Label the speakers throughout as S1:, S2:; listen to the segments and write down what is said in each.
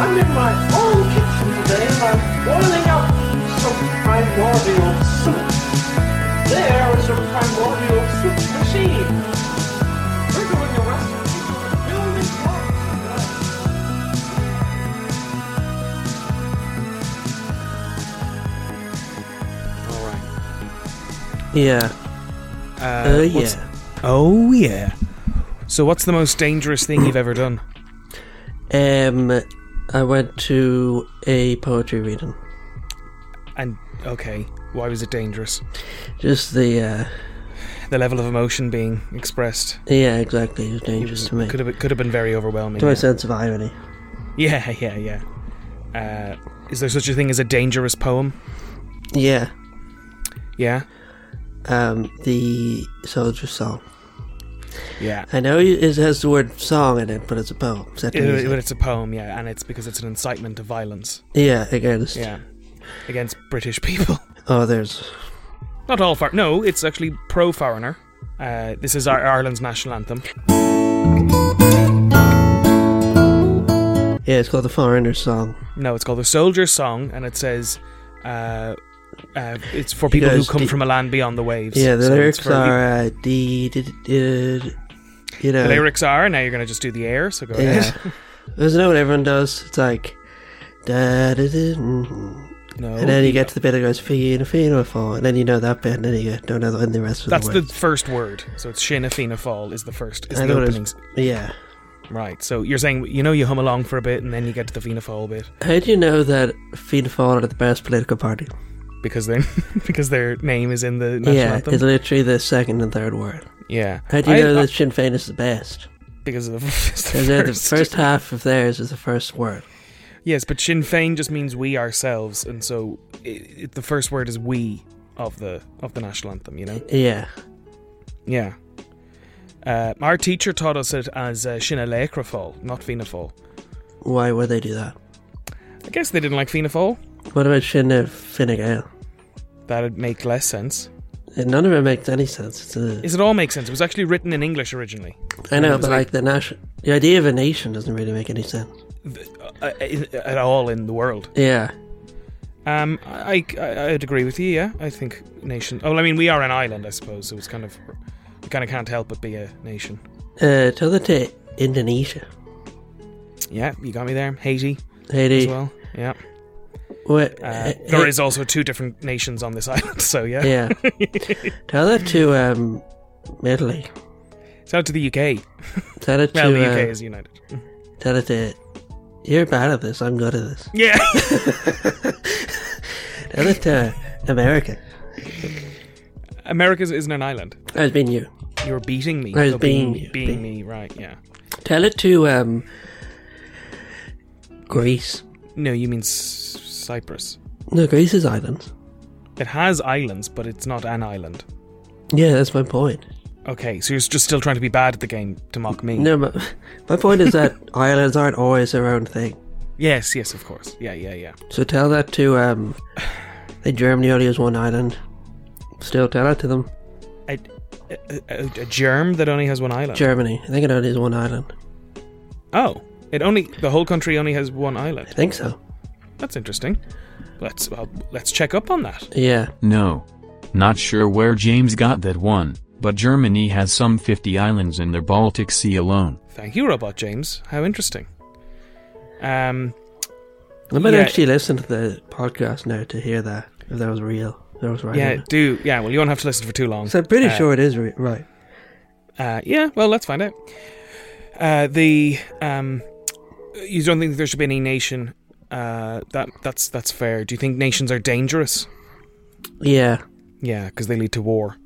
S1: I'm in my own kitchen today and I'm boiling up some primordial soup. There is a primordial soup machine. We're doing a recipe for building blocks.
S2: All right.
S3: Yeah.
S2: Uh,
S3: Oh
S2: what's-
S3: yeah.
S2: Oh yeah. So what's the most dangerous thing you've ever done?
S3: Um, I went to a poetry reading.
S2: And okay, why was it dangerous?
S3: Just the uh,
S2: The level of emotion being expressed
S3: yeah, exactly. It was dangerous to me.
S2: could have been- could have been very overwhelming.
S3: To
S2: yeah.
S3: my sense of irony.
S2: Yeah, yeah, yeah. Uh, is there such a thing as a dangerous poem?
S3: Yeah.
S2: Yeah,
S3: Um, the soldier song.
S2: yeah.
S3: I know it has the word song in it, but it's a poem. Is that
S2: It-
S3: music?
S2: but it's a poem, yeah, and it's because it's an incitement to violence.
S3: yeah, against
S2: Yeah, against British people.
S3: Oh, there's
S2: Not all far. No, it's actually pro foreigner. Uh, this is our Ireland's national anthem.
S3: yeah, it's called the Foreigner Song.
S2: No, it's called the Soldier's Song, and it says. Uh, uh, it's for people
S3: guys
S2: who come
S3: did-
S2: from a land beyond the waves.
S3: Yeah, the
S2: So it's
S3: lyrics
S2: for the-
S3: are uh, dee did did. You know,
S2: The lyrics are now. You're going to just do the air. So go
S3: yeah.
S2: ahead.
S3: Isn't that what everyone does? It's like da da da.
S2: No,
S3: And then you get to the bit that goes Fianna Fianna Fáil, and then you know that bit, and then you don't know the, and the rest of
S2: That's
S3: the
S2: the
S3: words.
S2: first word. So it's Sinn Féin Fall is the first. Is
S3: I
S2: the
S3: know it is.
S2: opening. s-
S3: yeah.
S2: Right. So you're saying you know you hum along for a bit and then you get to the Fianna Fáil bit
S3: How do you know that Fianna Fáil are the best political party?
S2: because they because their name is in the national
S3: yeah,
S2: anthem.
S3: it's literally the second and third word.
S2: yeah.
S3: How do you
S2: I-
S3: know
S2: I-
S3: that Sinn Féin is the best?
S2: because of the, it's the
S3: Because they're the
S2: first.
S3: first half of theirs is the first word.
S2: Yes, but Sinn Féin just means we ourselves, and so i it, the first word is we of the of the national anthem. You know.
S3: Yeah.
S2: Yeah. Uh, our teacher taught us it as uh, Sinn Féin Fall, not Fianna Fáil.
S3: Why would they do that?
S2: I guess they didn't like Fianna Fáil.
S3: What about Sinn Féin Gael?
S2: That'd make less sense.
S3: And None of it makes any sense. It's a,
S2: Is it all make sense? It was actually written in English originally.
S3: I know,
S2: it was
S3: but
S2: like-
S3: like the nation, the idea of a nation doesn't really make any sense.
S2: uh, at all in the world.
S3: Yeah,
S2: Um, I, I I'd agree with you. Yeah, I think nation. Oh, I mean, we are an island, I suppose. So it's kind of we kind of can't help but be a nation.
S3: uh, tell that to Indonesia,
S2: Yeah, you got me there. Haiti
S3: Haiti.
S2: as well. Yeah,
S3: What-
S2: uh,
S3: eh,
S2: there
S3: eh,
S2: is also two different nations on this island. So yeah,
S3: Yeah, tell that to um, Italy.
S2: it's out to the UK.
S3: Tell it to.
S2: Well, the
S3: uh,
S2: UK is united.
S3: tell it to. You're bad at this. I'm good at this.
S2: Yeah,
S3: Tell it to America.
S2: America isn't an island.
S3: I mean Oh, you.
S2: You're beating me.
S3: I was
S2: Oh,
S3: being you,
S2: being me.
S3: being-
S2: Right. Yeah.
S3: Tell it to um, Greece.
S2: No, you mean S- Cyprus.
S3: No, Greece is islands.
S2: It has islands, but it's not an island.
S3: Yeah, that's my point.
S2: Okay, so you're just still trying to be bad at the game to mock me.
S3: No, but my point is that islands aren't always their own thing.
S2: Yes, yes, of course. Yeah, yeah, yeah.
S3: So tell that to um, that Germany only has one island. Still tell that to them.
S2: A, a, a, a germ that only has one island.
S3: Germany, I think it only has one island.
S2: oh, it only the whole country only has one
S3: I
S2: island.
S3: think so.
S2: That's interesting. Let's well, let's check up on that.
S3: Yeah,
S4: No. Not sure where James got that one, but Germany has some 50 islands in the Baltic Sea alone.
S2: Thank you, Robot James. How interesting. Um,
S3: I might
S2: Yeah.
S3: actually listen to the podcast now to hear that if that was real. If that was right.
S2: yeah, do yeah. Well, you won't have to listen for too long.
S3: So I'm pretty
S2: Uh,
S3: sure it is re- right.
S2: Uh, yeah, well, let's find out. Uh, the um, you don't think there should be any nation? Uh, that that's that's fair. Do you think nations are dangerous?
S3: Yeah.
S2: Yeah, because they lead to war.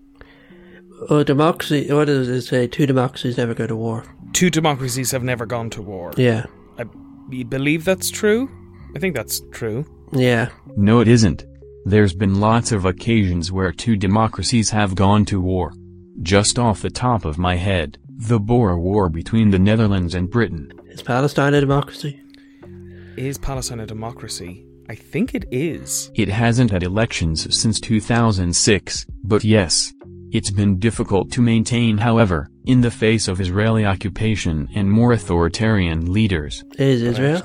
S3: Or democracy. What does it say? Two democracies never go to war.
S2: Two democracies have never gone to war.
S3: Yeah.
S2: I you believe that's true. I think that's true.
S3: Yeah.
S4: No, it isn't. There's been lots of occasions where two democracies have gone to war. Just off the top of my head, the Boer War between the Netherlands and Britain.
S3: Is Palestine a democracy?
S2: Is Palestine a democracy? I think it is.
S4: It hasn't had elections since 2006, but yes. It's been difficult to maintain, however, in the face of Israeli occupation and more authoritarian leaders.
S3: Is Israel?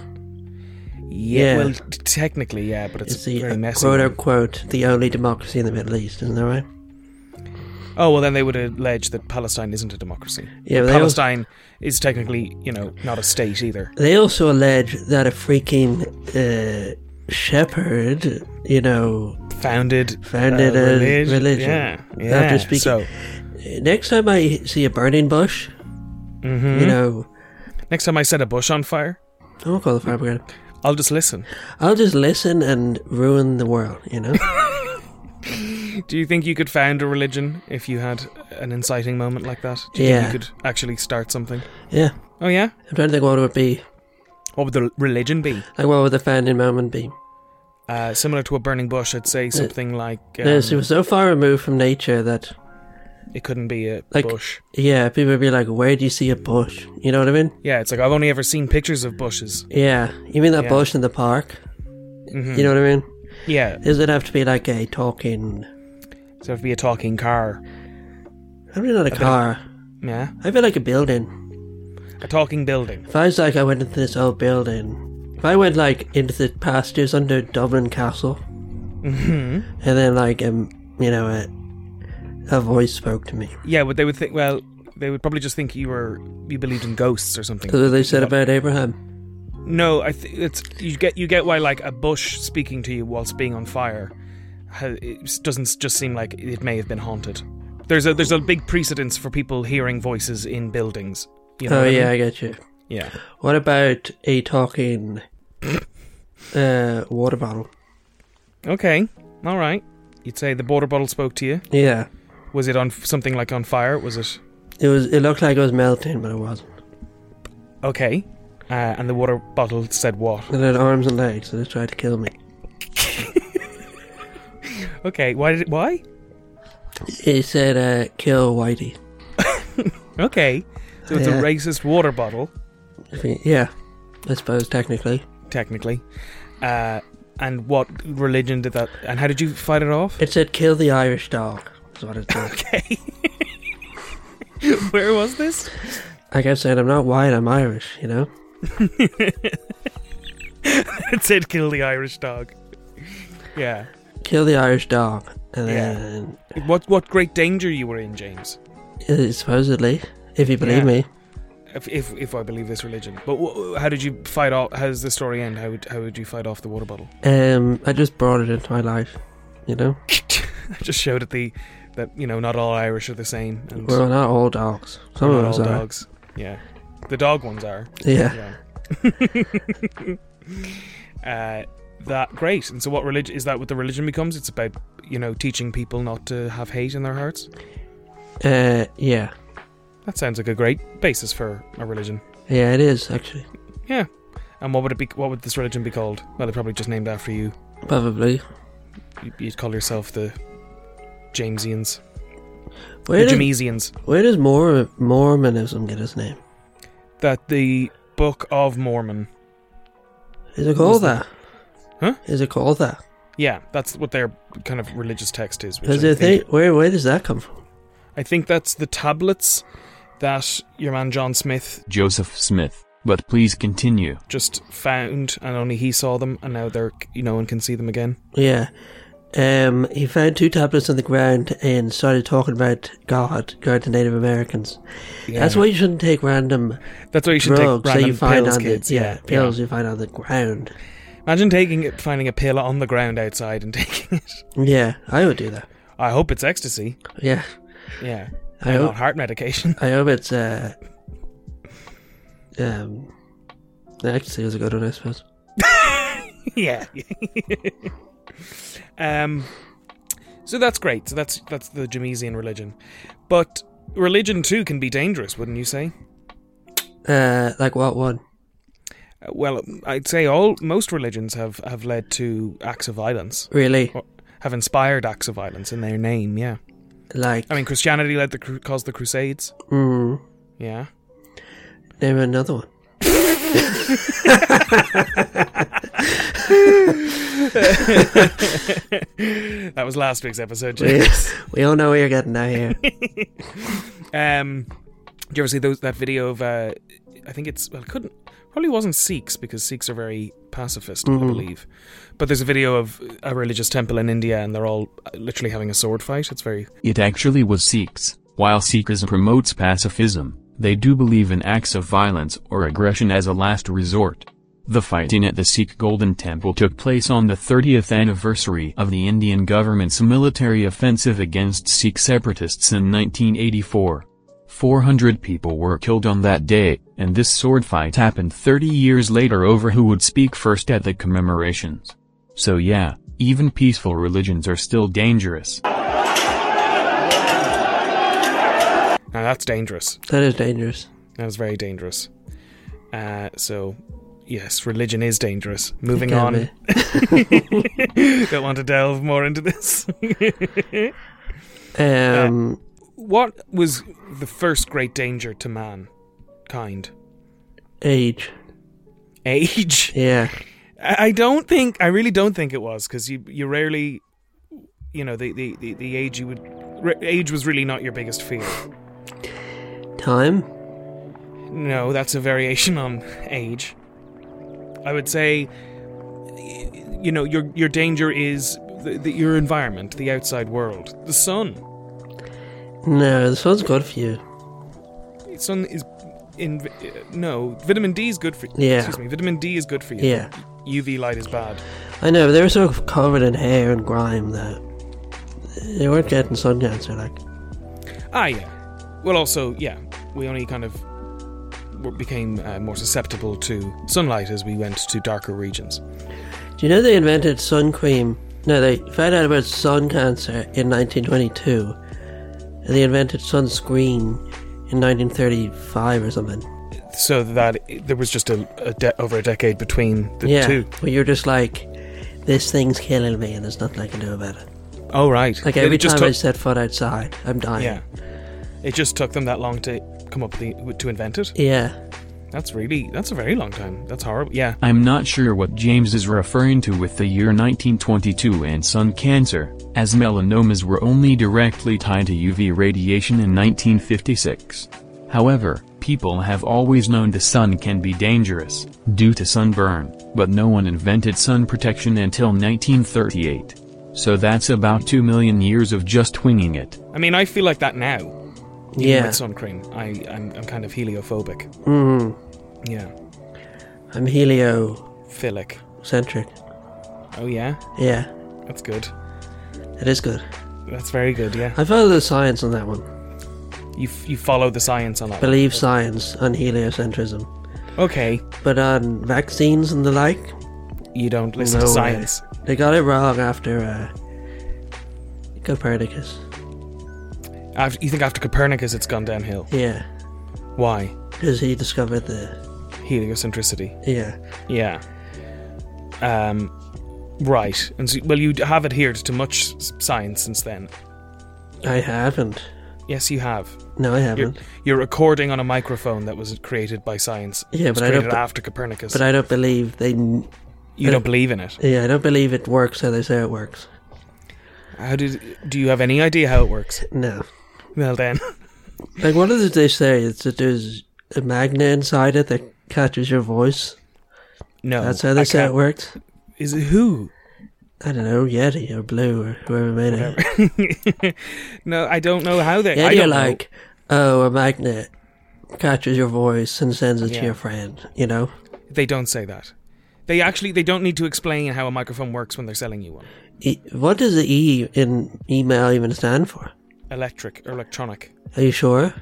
S2: Yeah.
S3: Yeah.
S2: Well, t- technically, yeah, but it's,
S3: It's the
S2: very
S3: uh,
S2: messy.
S3: quote unquote the only democracy in the Middle East, isn't that right?
S2: Oh well, then they would allege that Palestine isn't a democracy.
S3: Yeah, but they also,
S2: Palestine is technically, you know, not a state either.
S3: they also allege that a freaking uh, shepherd, you know,
S2: Founded,
S3: Founded a
S2: relig-
S3: religion.
S2: Yeah, yeah.
S3: After speaking-
S2: So
S3: next time I see a burning bush,
S2: Hmm?
S3: you know,
S2: mm-hmm. next time I set a bush on fire,
S3: I won't call the fire brigade.
S2: I'll just listen.
S3: I'll just listen and ruin the world, you know?
S2: Do you think you could found a religion if you had an inciting moment like that? Do you
S3: Yeah.
S2: think you could actually start something?
S3: yeah.
S2: Oh yeah.
S3: I'm trying to think what it would be.
S2: What would the religion be?
S3: Like, what would the founding moment be?
S2: Uh, similar to a burning bush, I'd say something like um,
S3: No, so it was so far removed from nature that,
S2: it couldn't be a
S3: Like-
S2: bush.
S3: yeah, people would be like, where do you see a bush? You know what I mean?
S2: Yeah, it's like I've only ever seen pictures of bushes.
S3: Yeah. You mean that
S2: Yeah.
S3: bush in the park?
S2: Mhm.
S3: You know what I mean?
S2: Yeah,
S3: Does it have to be like a talking.
S2: so it'd be a talking car.
S3: Probably not a car.
S2: Yeah,
S3: I feel like a building.
S2: a talking building.
S3: If I was like, I went into this old building. If I went like into the pastures under Dublin Castle,
S2: Mm-hmm.
S3: and then like um, you know, a, a voice spoke to me.
S2: Yeah, but they would think. Well, they would probably just think you were you believed in ghosts or something.
S3: That's what they said about Abraham.
S2: No, I th- it's you get you get why like a bush speaking to you whilst being on fire, ha- it doesn't just seem like it may have been haunted. There's a there's a big precedence for people hearing voices in buildings. You know
S3: Oh
S2: what I
S3: yeah,
S2: mean?
S3: I get you.
S2: yeah.
S3: What about a talking uh water bottle?
S2: Okay, all right. You'd say the border bottle spoke to you.
S3: Yeah,
S2: Was it on f- something like on fire? Was it
S3: it was. It looked like it was melting, but it wasn't.
S2: okay? Uh, and the water bottle said what?
S3: It had arms and legs, and it tried to kill me.
S2: Okay, why did it, why?
S3: It said, uh, "Kill Whitey."
S2: Okay, so it's
S3: Yeah.
S2: a racist water bottle,
S3: If you- yeah, I suppose technically.
S2: technically. Uh, and what religion did that? And how did you fight it off?
S3: It said, "Kill the Irish dog." Is what it said.
S2: Okay. Where was this?
S3: like I said, I'm not white. I'm Irish. You know.
S2: It said kill the Irish dog. Yeah.
S3: kill the Irish dog, and
S2: Yeah.
S3: then
S2: What what great danger you were in, James?
S3: uh, supposedly, if you believe
S2: Yeah.
S3: me,
S2: If if, if I believe this religion. But wh- how did you fight off? How does the story end? How would how would you fight off the water bottle?
S3: um, I just brought it into my life. You know,
S2: I just showed at the that you know not all Irish are the same. And
S3: we're not all dogs. Some
S2: not
S3: of us
S2: all
S3: are.
S2: dogs. Yeah, the dog ones are.
S3: Yeah.
S2: Yeah. uh, that great. And so, what religion is that? What the religion becomes? It's about you know teaching people not to have hate in their hearts.
S3: Uh, yeah,
S2: That sounds like a great basis for a religion.
S3: yeah, it is actually
S2: Yeah. And what would it be? What would this religion be called? Well, they're probably just named after you.
S3: probably.
S2: You- You'd call yourself the Jamesians,
S3: Where
S2: the
S3: does,
S2: Jamesians.
S3: where does Mor- Mormonism get its name?
S2: That the Book of Mormon.
S3: Is it called
S2: the-
S3: that?
S2: Huh?
S3: Is it called that?
S2: Yeah, that's what their kind of religious text is. Which
S3: Does
S2: I
S3: it
S2: think-
S3: think, where where does that come from?
S2: I think that's the tablets that your man John Smith
S4: Joseph Smith, but please continue.
S2: just found, and only he saw them, and now they're you know, and can see them again.
S3: Yeah. Um, he found two tablets on the ground and started talking about God, God to Native Americans. That's why you shouldn't take random
S2: That's why you should
S3: drugs
S2: take
S3: that
S2: random
S3: you find
S2: pills,
S3: on
S2: kids.
S3: the
S2: yeah,
S3: yeah, pills you find on the ground.
S2: yeah. Imagine taking it, finding a pill on the ground outside and taking it.
S3: Yeah, I would do that.
S2: I hope it's ecstasy.
S3: Yeah,
S2: Yeah,
S3: I
S2: and
S3: hope
S2: not heart medication.
S3: I hope it's uh um ecstasy was a good one, I suppose.
S2: yeah. um. So that's great. So that's that's the Jamesian religion, but religion too can be dangerous, wouldn't you say?
S3: Uh, like what one?
S2: Uh, Well, I'd say all most religions have have led to acts of violence,
S3: Really?
S2: or have inspired acts of violence in their name. Yeah,
S3: Like
S2: I mean Christianity led the cru- caused the Crusades.
S3: mm,
S2: Yeah,
S3: name another one.
S2: that was last week's episode. Jay.
S3: Yes, we all know where you're getting now here.
S2: um, do you ever see those that video of? Uh, I think it's well, it couldn't probably wasn't Sikhs because Sikhs are very pacifist, I believe. But there's a video of a religious temple in India, and they're all uh, literally having a sword fight. It's very
S4: It actually was Sikhs. While Sikhism promotes pacifism, they do believe in acts of violence or aggression as a last resort. The fighting at the Sikh Golden Temple took place on the 30th anniversary of the Indian government's military offensive against Sikh separatists in 1984. 400 people were killed on that day, and this sword fight happened 30 years later over who would speak first at the commemorations. So yeah, even peaceful religions are still dangerous.
S2: now that's dangerous.
S3: That is dangerous.
S2: That is very dangerous. Uh, so, yes, religion is dangerous. Moving
S3: Can
S2: on.
S3: be.
S2: Don't want to delve more into this.
S3: Um,
S2: what was the first great danger to mankind?
S3: age.
S2: Age.
S3: Yeah.
S2: I I don't think. I really don't think it was because you you rarely, you know, the the the, the age you would. Re- age was really not your biggest fear.
S3: Time.
S2: No, that's a variation on age. I would say, y- you know, your your danger is the, the, your environment, the outside world, the sun.
S3: No, this one's good for you.
S2: The sun is in uh, no vitamin D is good for you.
S3: Yeah.
S2: Excuse me, vitamin D is good for you.
S3: Yeah.
S2: UV light is bad.
S3: I know, but they were so covered in hair and grime that they weren't getting sun cancer. Like,
S2: Ah, yeah. Well, also, yeah, we only kind of w- became uh, more susceptible to sunlight as we went to darker regions.
S3: do you know they invented sun cream? No, they found out about sun cancer in 1922, and they invented sunscreen in 1935 or something.
S2: So that it- there was just a, a de- over a decade between the
S3: yeah,
S2: two.
S3: but you're just like, this thing's killing me, and there's nothing I can do about it.
S2: Oh, right.
S3: Like
S2: It
S3: every time
S2: just
S3: I
S2: took-
S3: set foot outside, I'm dying.
S2: yeah, it just took them that long to come up with the, to invent it.
S3: Yeah.
S2: That's really that's a very long time. That's horrible. Yeah,
S4: I'm not sure what James is referring to with the year 1922 and sun cancer, as melanomas were only directly tied to UV radiation in 1956. However, people have always known the sun can be dangerous, due to sunburn, but no one invented sun protection until 1938. So that's about 2 million years of just winging it.
S2: I mean, I feel like that now. even
S3: Yeah.
S2: with sun cream, I I'm, I'm kind of heliophobic.
S3: Mm,
S2: Yeah,
S3: I'm heliocentric.
S2: philic. Oh yeah,
S3: Yeah,
S2: that's good.
S3: it is good.
S2: That's very good. Yeah.
S3: I follow the science on that one.
S2: You, f- you follow the science on that. one.
S3: Believe science on heliocentrism.
S2: Okay,
S3: But on vaccines and the like,
S2: you don't listen
S3: no
S2: to
S3: way.
S2: science.
S3: They got it wrong after uh, Copernicus.
S2: After, you think after Copernicus it's gone downhill?
S3: Yeah,
S2: Why?
S3: because he discovered the
S2: Heliocentricity.
S3: yeah.
S2: Yeah. Um, right. And so, well, you d- have adhered to much s- science since then.
S3: I haven't.
S2: Yes, you have.
S3: No, I
S2: You're,
S3: haven't.
S2: you're recording on a microphone that was created by science.
S3: Yeah,
S2: It was
S3: but I don't
S2: created
S3: be-
S2: after Copernicus.
S3: But I don't believe they. kn-
S2: you don't believe in it.
S3: Yeah, I don't believe it works how they say it works.
S2: How did? Do you have any idea how it works?
S3: No.
S2: Well, then,
S3: Like what did they say? It's that there's a magnet inside it that catches your voice.
S2: no.
S3: That's how they
S2: Oh, I
S3: say it
S2: can't-
S3: works.
S2: Is it who?
S3: I don't know, Yeti or Blue or whoever made it.
S2: no, I don't know how they.
S3: Yeah,
S2: I
S3: you're
S2: don't know.
S3: like, oh, a magnet catches your voice and sends it
S2: Yeah.
S3: to your friend, you know?
S2: They don't say that. They actually they don't need to explain how a microphone works when they're selling you one.
S3: E- what does the E in email even stand for?
S2: Electric or electronic.
S3: Are you sure?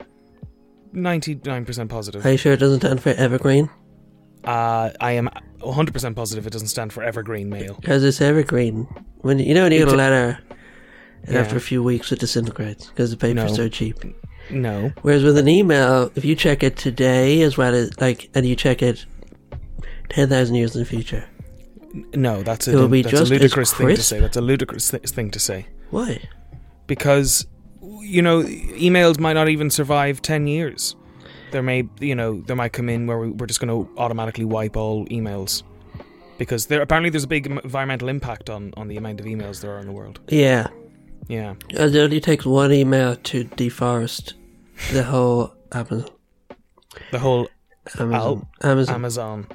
S2: Ninety nine percent positive.
S3: Are you sure it doesn't stand for evergreen?
S2: Uh, I am one hundred percent positive it doesn't stand for evergreen mail.
S3: Because it's evergreen. When you know, when you get a
S2: It's a-
S3: letter, and
S2: Yeah.
S3: after a few weeks it disintegrates because the paper's
S2: No.
S3: so cheap.
S2: No.
S3: Whereas with an email, if you check it today as well as like, and you check it ten thousand years in the future,
S2: No, that's a,
S3: It will be
S2: that's a
S3: just as
S2: ludicrous thing to
S3: crisp.
S2: say. That's a ludicrous th- thing to say.
S3: why?
S2: Because you know, emails might not even survive ten years. There may you know, there might come in where we- we're just gonna automatically wipe all emails. Because there apparently there's a big environmental impact on, on the amount of emails there are in the world.
S3: Yeah,
S2: Yeah.
S3: it only takes one email to deforest the whole Amazon.
S2: The whole
S3: Amazon.
S2: Al-
S3: Amazon.
S2: Amazon.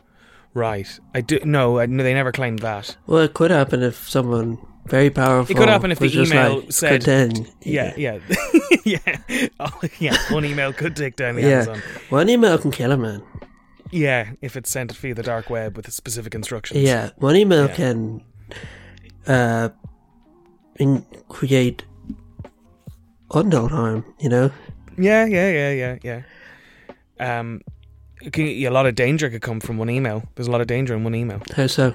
S2: Right. I do. No, I, no, they never claimed that.
S3: Well, it could happen if someone very powerful.
S2: It could happen if the
S3: was just
S2: email
S3: like,
S2: said-
S3: "Contend."
S2: Yeah, yeah, yeah. Oh, yeah. One email could take down the
S3: Yeah.
S2: Amazon.
S3: One email can kill a man.
S2: Yeah, if it's sent via the dark web with specific instructions.
S3: Yeah, one email
S2: Yeah.
S3: can uh, in- create unknown harm, you know?
S2: yeah, yeah, yeah, yeah, yeah. Um, it can- a lot of danger could come from one email. There's a lot of danger in one email.
S3: How so?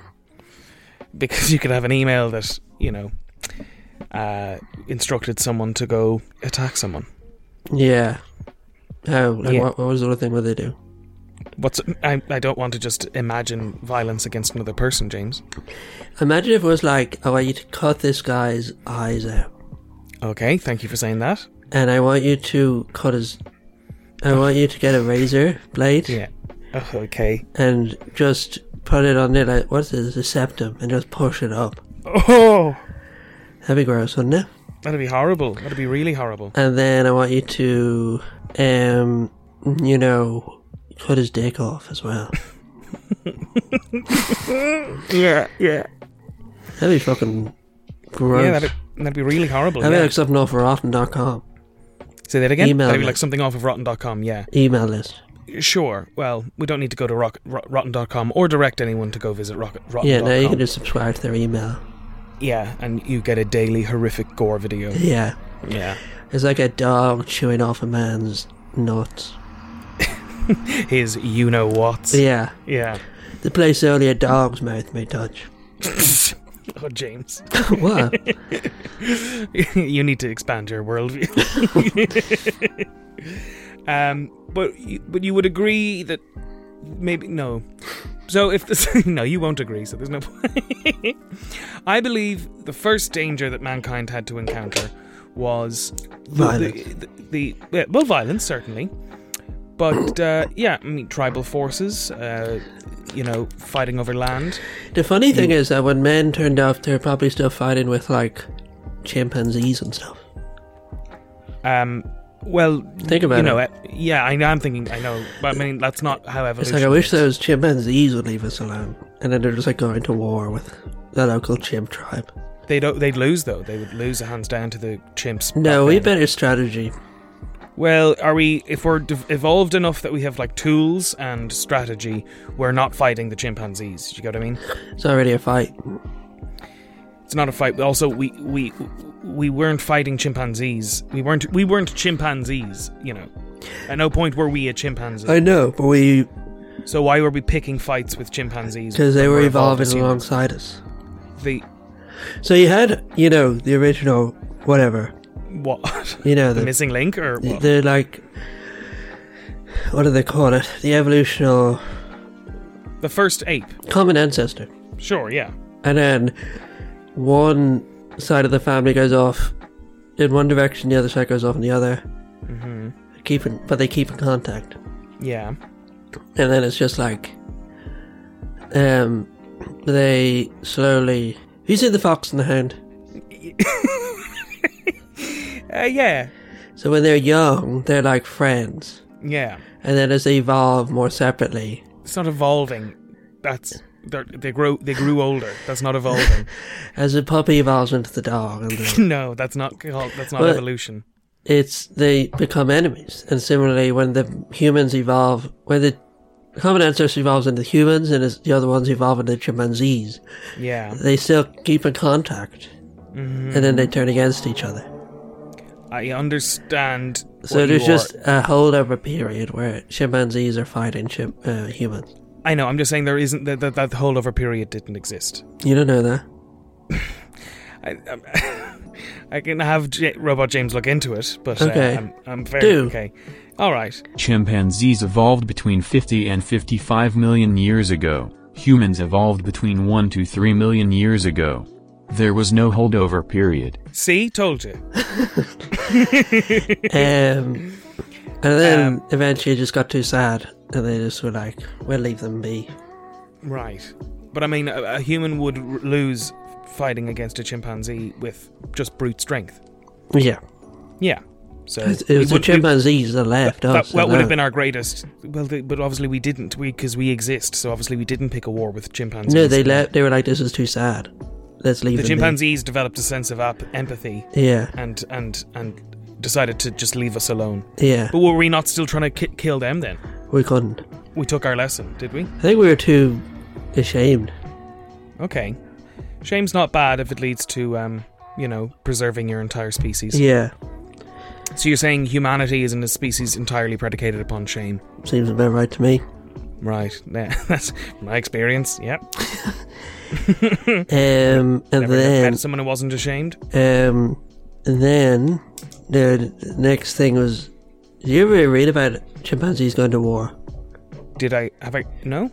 S2: because you could have an email that you know uh, instructed someone to go attack someone.
S3: Yeah. How? Like,
S2: Yeah.
S3: What, what was the other thing where they do?
S2: What's I, I don't want to just imagine violence against another person, James.
S3: Imagine if it was like, I want you to cut this guy's eyes out,
S2: Okay, thank you for saying that.
S3: and I want you to cut his. I want you to get a razor blade
S2: Yeah. Oh, okay.
S3: and just put it on there, like, what's this? The septum, and just push it up.
S2: Oh,
S3: That'd be gross, wouldn't it?
S2: that'd be horrible. That'd be really horrible.
S3: And then I want you to, um, you know, cut his dick off as well.
S2: Yeah, yeah,
S3: That'd be fucking gross.
S2: yeah. That'd, that'd be really horrible.
S3: That'd be
S2: yeah.
S3: like something off rotten.com
S2: Say that again.
S3: email
S2: that'd be
S3: me.
S2: like something off of Rotten.com. Yeah,
S3: email list.
S2: sure. Well, we don't need to go to rock, ro- Rotten.com or direct anyone to go visit rock, Rotten.com.
S3: Yeah, now you can just subscribe to their email.
S2: Yeah, and you get a daily horrific gore video.
S3: Yeah.
S2: Yeah.
S3: It's like a dog chewing off a man's nuts.
S2: His you know what's.
S3: Yeah.
S2: Yeah.
S3: The place only a dog's mouth may touch.
S2: Oh, James.
S3: what?
S2: you need to expand your worldview. um, but you, but you would agree that maybe no. So if this, no, you won't agree. So there's no point. I believe the first danger that mankind had to encounter was
S3: Violence.
S2: The, the, the- yeah, well, violence certainly, but uh, yeah, I mean tribal forces. Uh, you know, fighting over land.
S3: The funny
S2: Mm.
S3: thing is that when men turned off, they're probably still fighting with, like, chimpanzees and stuff.
S2: Um, well,
S3: Think about
S2: you know,
S3: it.
S2: uh, yeah, I know. I'm thinking, I know, but I mean, that's not how
S3: It's
S2: evolution.
S3: like I wish
S2: works.
S3: those chimpanzees would leave us alone, and then they're just like going to war with the local chimp tribe.
S2: They don't. They'd lose though. They would lose hands down to the chimps.
S3: No,
S2: back
S3: we
S2: then.
S3: better strategy.
S2: Well, are we? If we're d- evolved enough that we have like tools and strategy, we're not fighting the chimpanzees. You get what I mean?
S3: It's already a fight.
S2: It's not a fight. but Also, we we we weren't fighting chimpanzees. We weren't we weren't chimpanzees. You know, at no point were we a chimpanzee.
S3: I know, but we
S2: so why were we picking fights with chimpanzees?
S3: because they
S2: when
S3: were
S2: we're evolved
S3: evolving
S2: as humans?
S3: alongside us.
S2: the
S3: So you had, you know, the original whatever.
S2: what?
S3: You know,
S2: the
S3: the
S2: missing link or what?
S3: they're like what do they call it? The evolutional
S2: The first ape.
S3: common ancestor.
S2: Sure, yeah.
S3: And then one side of the family goes off in one direction, the other side goes off in the other.
S2: hmm
S3: Keeping, but they keep in contact.
S2: Yeah.
S3: and then it's just like um they slowly have you seen the fox and the hound
S2: Uh, yeah.
S3: so when they're young they're like friends
S2: Yeah.
S3: and then as they evolve more separately
S2: It's not evolving. That's they're, they grow they grew older. That's not evolving.
S3: as the puppy evolves into the dog and the,
S2: no, that's not called, that's not
S3: But-
S2: evolution.
S3: it's they become enemies and similarly when the humans evolve when the common ancestor evolves into humans and it's- the other ones evolve into chimpanzees
S2: Yeah.
S3: they still keep in contact and then they turn against each other
S2: I understand.
S3: So
S2: Mm-hmm. what
S3: there's
S2: you
S3: just
S2: are-
S3: a holdover period where chimpanzees are fighting chim- uh, humans.
S2: I know. I'm just saying there isn't that that, that holdover period didn't exist.
S3: You don't know that.
S2: I, I'm, I can have J- Robot James look into it, but
S3: Okay.
S2: uh, I'm, I'm very
S3: Do.
S2: okay. All right.
S4: Chimpanzees evolved between 50 and 55 million years ago. Humans evolved between 1 to 3 million years ago. There was no holdover period.
S2: See, told you.
S3: Um, and then
S2: Um,
S3: eventually it just got too sad, and they just were like, "We'll leave them be."
S2: Right. But I mean, a, a human would r- lose fighting against a chimpanzee with just brute strength.
S3: Yeah,
S2: Yeah. So
S3: It
S2: we
S3: was the
S2: would- we-
S3: chimpanzees that left
S2: that,
S3: us.
S2: that
S3: and
S2: would have been our greatest. Well, the, but obviously we didn't, because we, exist. So obviously we didn't pick a war with chimpanzees.
S3: No, they left. They were like, "This is too sad. Let's leave."
S2: The
S3: them be."
S2: chimpanzees developed a sense of ap- empathy
S3: Yeah,
S2: and and and decided to just leave us alone.
S3: yeah.
S2: But were we not still trying to ki- kill them then?
S3: We couldn't.
S2: We took our lesson, did we?
S3: I think we were too ashamed.
S2: Okay. Shame's not bad if it leads to, um, you know, preserving your entire species.
S3: Yeah,
S2: So you're saying humanity isn't a species entirely predicated upon shame,
S3: seems about right to me.
S2: right? Yeah, that's my experience. Yep.
S3: Um, and
S2: Never
S3: then,
S2: met someone who wasn't ashamed.
S3: um, and then the next thing was, did you ever read about chimpanzees going to war?
S2: Did I? Have I? No.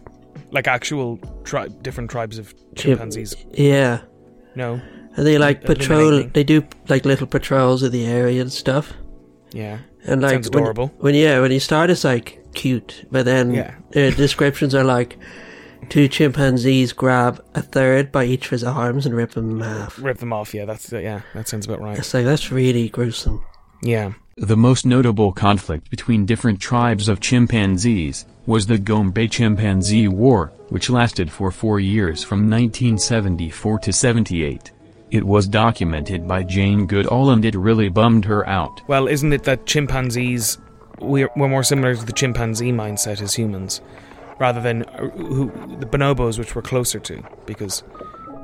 S2: Like actual tri- different tribes of chimpanzees.
S3: Yeah,
S2: No.
S3: and they like patrol.
S2: Illuminating.
S3: They do like little patrols of the area and stuff.
S2: Yeah.
S3: And like
S2: Sounds
S3: when-
S2: adorable.
S3: When, yeah, when you start, it's like cute, but then
S2: Yeah.
S3: the descriptions are like two chimpanzees grab a third by each of his arms and rip him in half.
S2: Rip them off. Yeah. That's yeah. That sounds about right.
S3: It's like that's really gruesome.
S2: Yeah.
S4: The most notable conflict between different tribes of chimpanzees was the Gombe Chimpanzee War, which lasted for four years from 1974 to 78. It was documented by Jane Goodall and it really bummed her out.
S2: Well, isn't it that chimpanzees we're, we're more similar to the chimpanzee mindset as humans, rather than uh, who, the bonobos, which we're closer to, because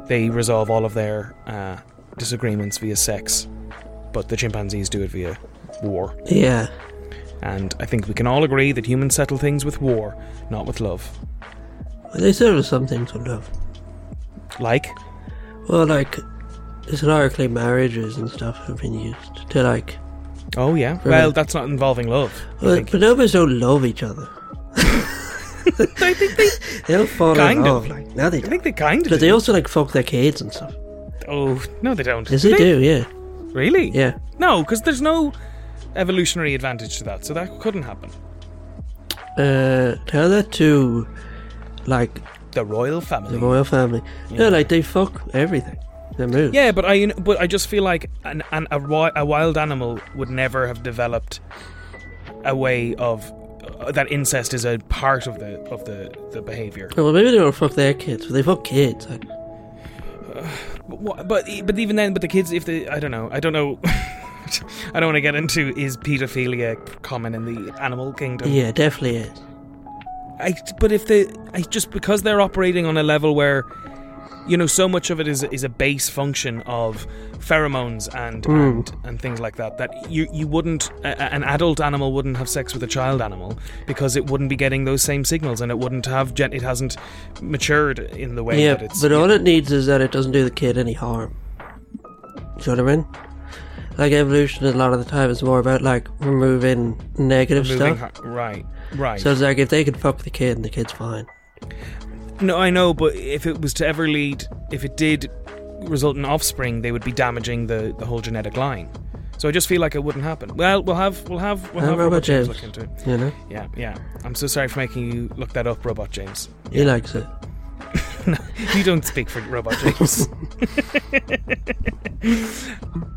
S2: they resolve all of their uh, disagreements via sex, but the chimpanzees do it via war.
S3: Yeah,
S2: And I think we can all agree that humans settle things with war, not with love.
S3: Well, they still do some things with love.
S2: Like,
S3: Well, like historically, marriages and stuff have been used to like.
S2: oh yeah, well that's not involving love. I
S3: Well,
S2: think.
S3: bonobos don't love each other.
S2: I think they,
S3: They don't fall in
S2: Kind of.
S3: love. Like now they
S2: I
S3: don't.
S2: think they kind of.
S3: But they
S2: do.
S3: also like fuck their kids and stuff.
S2: oh no, they don't.
S3: Yes, they do. Yeah,
S2: Really?
S3: yeah.
S2: No, because there's no evolutionary advantage to that, so that couldn't happen.
S3: Uh, tell that to like
S2: The royal family.
S3: The royal family. No, like they fuck everything. They move.
S2: yeah, but I but I just feel like an, an a, wi- a wild animal would never have developed a way of uh, that incest is a part of the of the the behavior.
S3: Oh, Well, maybe they don't fuck their kids, but they fuck kids. Like,
S2: But, wha- but e- but even then, but the kids, if they, I don't know, I don't know. I don't want to get into is pedophilia common in the animal kingdom.
S3: yeah, definitely is.
S2: I, but if they, I just because they're operating on a level where, you know, so much of it is is a base function of pheromones and
S3: Hmm.
S2: and, and things like that. That you you wouldn't a, a- an adult animal wouldn't have sex with a child animal because it wouldn't be getting those same signals and it wouldn't have gen- it hasn't matured in the way
S3: Yeah,
S2: that it's.
S3: but all it needs is that it doesn't do the kid any harm. Do you know what I mean? Like evolution, a lot of the time, is more about like removing negative
S2: moving
S3: stuff.
S2: hi- right, right.
S3: So it's like if they can fuck the kid, and the kid's fine.
S2: No, I know, but if it was to ever lead, if it did result in offspring, they would be damaging the, the whole genetic line. So I just feel like it wouldn't happen. Well, we'll have we'll have we'll
S3: Uh,
S2: have
S3: Robot
S2: Robot James
S3: James.
S2: look into it.
S3: You know,
S2: Yeah, yeah. I'm so sorry for making you look that up, Robot James.
S3: he likes it.
S2: You don't speak for Robot James.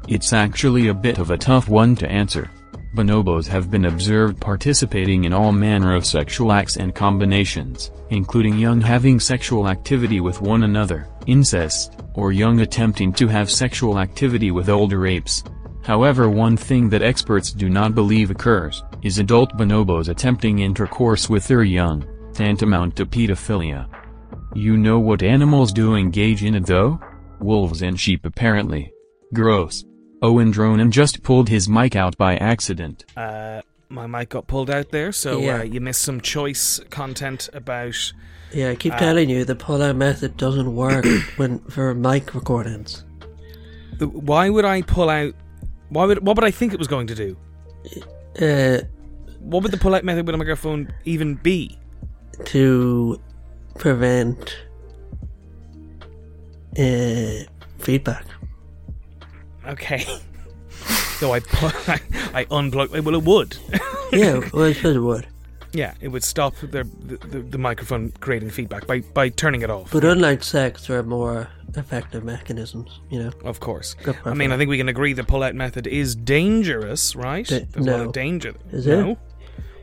S4: It's actually a bit of a tough one to answer. Bonobos have been observed participating in all manner of sexual acts and combinations, including young having sexual activity with one another, incest, or young attempting to have sexual activity with older apes. However, one thing that experts do not believe occurs is adult bonobos attempting intercourse with their young, tantamount to pedophilia. You know what animals do engage in it though? Wolves and sheep apparently. Gross. Owen Dronin just pulled his mic out by accident.
S2: uh, my mic got pulled out there, so
S3: Yeah.
S2: uh, you missed some choice content about.
S3: Yeah, I keep
S2: Uh,
S3: telling you, the pull-out method doesn't work when for mic recordings.
S2: The, why would I pull out? Why would what would I think it was going to do?
S3: Uh,
S2: What would the pull out method with a microphone even be?
S3: to prevent uh, feedback.
S2: Okay. So I put, I, I unplugged. Well, it would.
S3: Yeah, well, I suppose it would.
S2: yeah, it would stop the the, the the microphone creating feedback by by turning it off.
S3: But unlike sex, where more effective mechanisms, you know.
S2: Of course.
S3: Good
S2: I mean,
S3: point.
S2: I think we can agree the pull-out method is dangerous, right?
S3: Da-
S2: There's a lot
S3: no.
S2: of danger. th-
S3: Is
S2: no?
S3: it?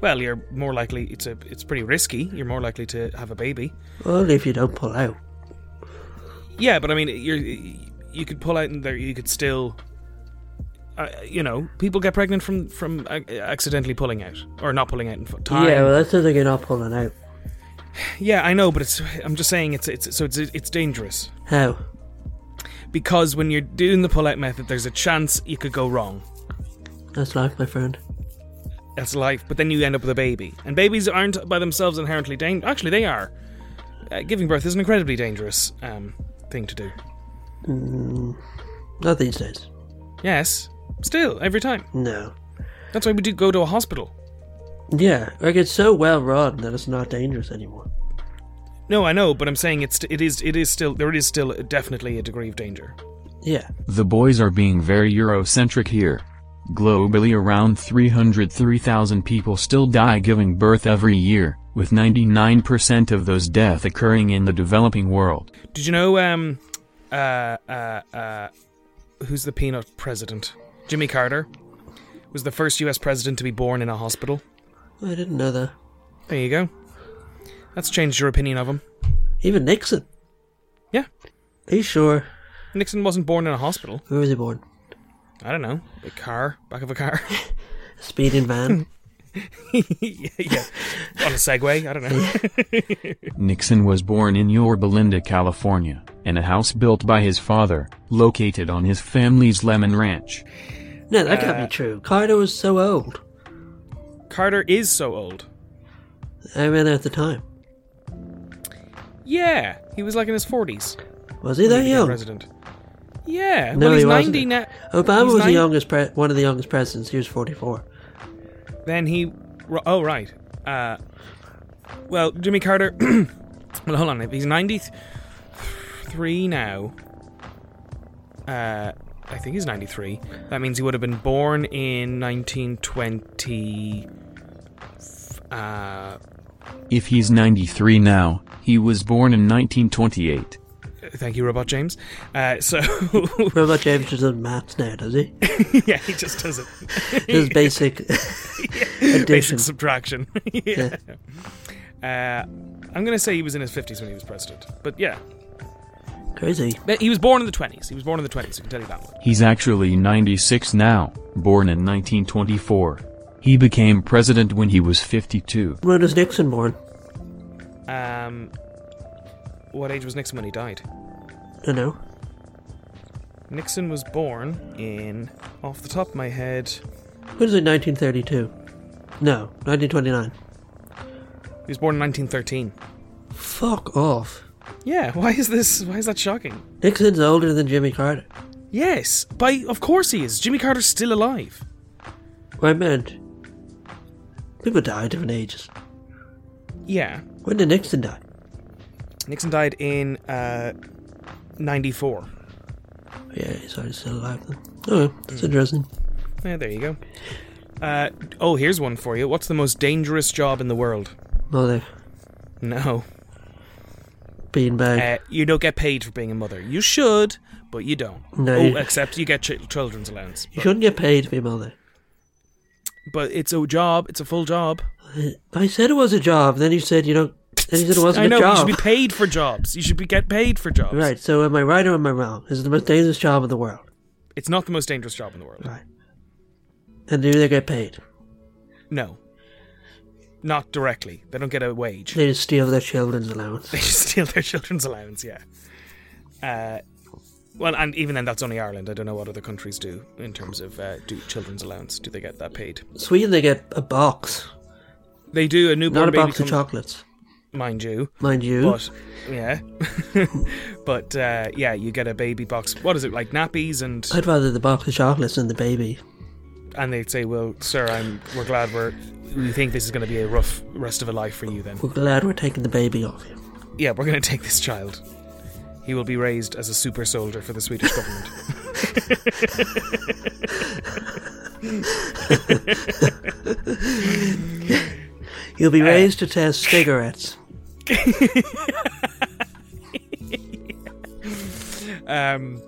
S2: Well, you're more likely. It's a. It's pretty risky. You're more likely to have a baby.
S3: Only if you don't pull out.
S2: Yeah, but I mean, you're. You could pull out, and there you could still. Uh, you know, people get pregnant from from uh, accidentally pulling out or not pulling out in fu- time.
S3: Yeah, well, that's the thing you're not pulling out.
S2: Yeah, I know, but it's. I'm just saying it's it's so it's it's dangerous
S3: How?
S2: because when you're doing the pull-out method, there's a chance you could go wrong.
S3: That's life, my friend.
S2: that's life. But then you end up with a baby, and babies aren't by themselves inherently dangerous. Actually, they are. Uh, giving birth is an incredibly dangerous um, thing to do.
S3: Not these days.
S2: Yes, still every time.
S3: No.
S2: That's why we do go to a hospital.
S3: Yeah, like it's so well run that it's not dangerous anymore.
S2: No, I know, but I'm saying it's it is it is still there is still definitely a degree of danger.
S3: Yeah.
S4: The boys are being very Eurocentric here. Globally, around 303,000 people still die giving birth every year, with 99% of those deaths occurring in the developing world.
S2: Did you know um uh uh uh who's the peanut president? Jimmy Carter was the first U.S. president to be born in a hospital.
S3: I didn't know that.
S2: There you go. That's changed your opinion of him.
S3: Even Nixon.
S2: Yeah.
S3: Are you sure?
S2: Nixon wasn't born in a hospital.
S3: Where was he born?
S2: I don't know, a car, back of a car.
S3: A speeding van.
S2: yeah, yeah. On a Segway, I don't know.
S4: Nixon was born in Yorba Linda, California, in a house built by his father, located on his family's lemon ranch.
S3: no, that can't be true. Carter was so old.
S2: Carter is so old.
S3: I mean, at the time.
S2: Yeah, he was like in his 40s.
S3: Was he that
S2: became
S3: young?
S2: President. Yeah,
S3: No,
S2: well, he's
S3: he wasn't.
S2: 90 now.
S3: Obama
S2: He's
S3: was the
S2: nine-
S3: youngest pre- one of the youngest presidents. He was 44.
S2: Then he. ro- Oh, right. Uh, well, Jimmy Carter. well, hold on. If he's 93 now, uh, I think he's 93. That means he would have been born in 1920. Uh,
S4: If he's 93 now, he was born in 1928.
S2: thank you, Robot James. Uh, so,
S3: Robot James just does maths now, does he?
S2: yeah, he just does it.
S3: His basic addition.
S2: Basic subtraction. yeah. Uh, I'm going to say he was in his 50s when he was president. But yeah.
S3: Crazy.
S2: But He was born in the 20s. He was born in the 20s, I can tell you that much.
S4: He's actually 96 now, born in 1924. He became president when he was 52.
S3: When was Nixon born?
S2: Um, what age was Nixon when he died?
S3: I don't know.
S2: Nixon was born in, off the top of my head,
S3: When is it 1932? No, 1929.
S2: he was born in 1913.
S3: Fuck off.
S2: Yeah, why is this? Why is that shocking?
S3: Nixon's older than Jimmy Carter.
S2: Yes, by of course he is. Jimmy Carter's still alive.
S3: What I meant, people die at different ages.
S2: Yeah,
S3: When did Nixon die?
S2: Nixon died in uh, 94.
S3: Oh, Yeah, he's already still alive then. Oh, that's
S2: Mm.
S3: interesting.
S2: Yeah, there you go. Uh, oh, here's one for you. What's the most dangerous job in the world?
S3: Mother,
S2: No,
S3: beanbag.
S2: uh, you don't get paid for being a mother. You should, but you don't.
S3: No.
S2: Oh, except you get ch- children's allowance.
S3: you shouldn't get paid to be a mother.
S2: But it's a job. It's a full job.
S3: I said it was a job. Then you said you don't. Then you said it wasn't
S2: I know.
S3: a
S2: You should
S3: job.
S2: be paid for jobs. You should be get paid for jobs.
S3: right. So am I right or am I wrong? Is it the most dangerous job in the world?
S2: It's not the most dangerous job in the world.
S3: Right. And do they get paid?
S2: No. Not directly. They don't get a wage.
S3: They just steal their children's allowance.
S2: They just steal their children's allowance. Yeah. Uh, well, and even then, that's only Ireland. I don't know what other countries do in terms of uh, do children's allowance. Do they get that paid?
S3: Sweden, they get a box,
S2: They do. A newborn
S3: not a
S2: baby
S3: box of
S2: comes-
S3: Hmm? chocolates,
S2: mind you.
S3: mind you.
S2: But yeah, but uh, yeah, you get a baby box. What is it like nappies and
S3: I'd rather the box of chocolates than the baby.
S2: and they'd say, "Well, sir, I'm we're glad we're we think this is going to be a rough rest of a life for you." Then,
S3: We're glad we're taking the baby off you.
S2: yeah, we're going to take this child. He will be raised as a super soldier for the Swedish government.
S3: You'll be raised to test cigarettes.
S2: Um,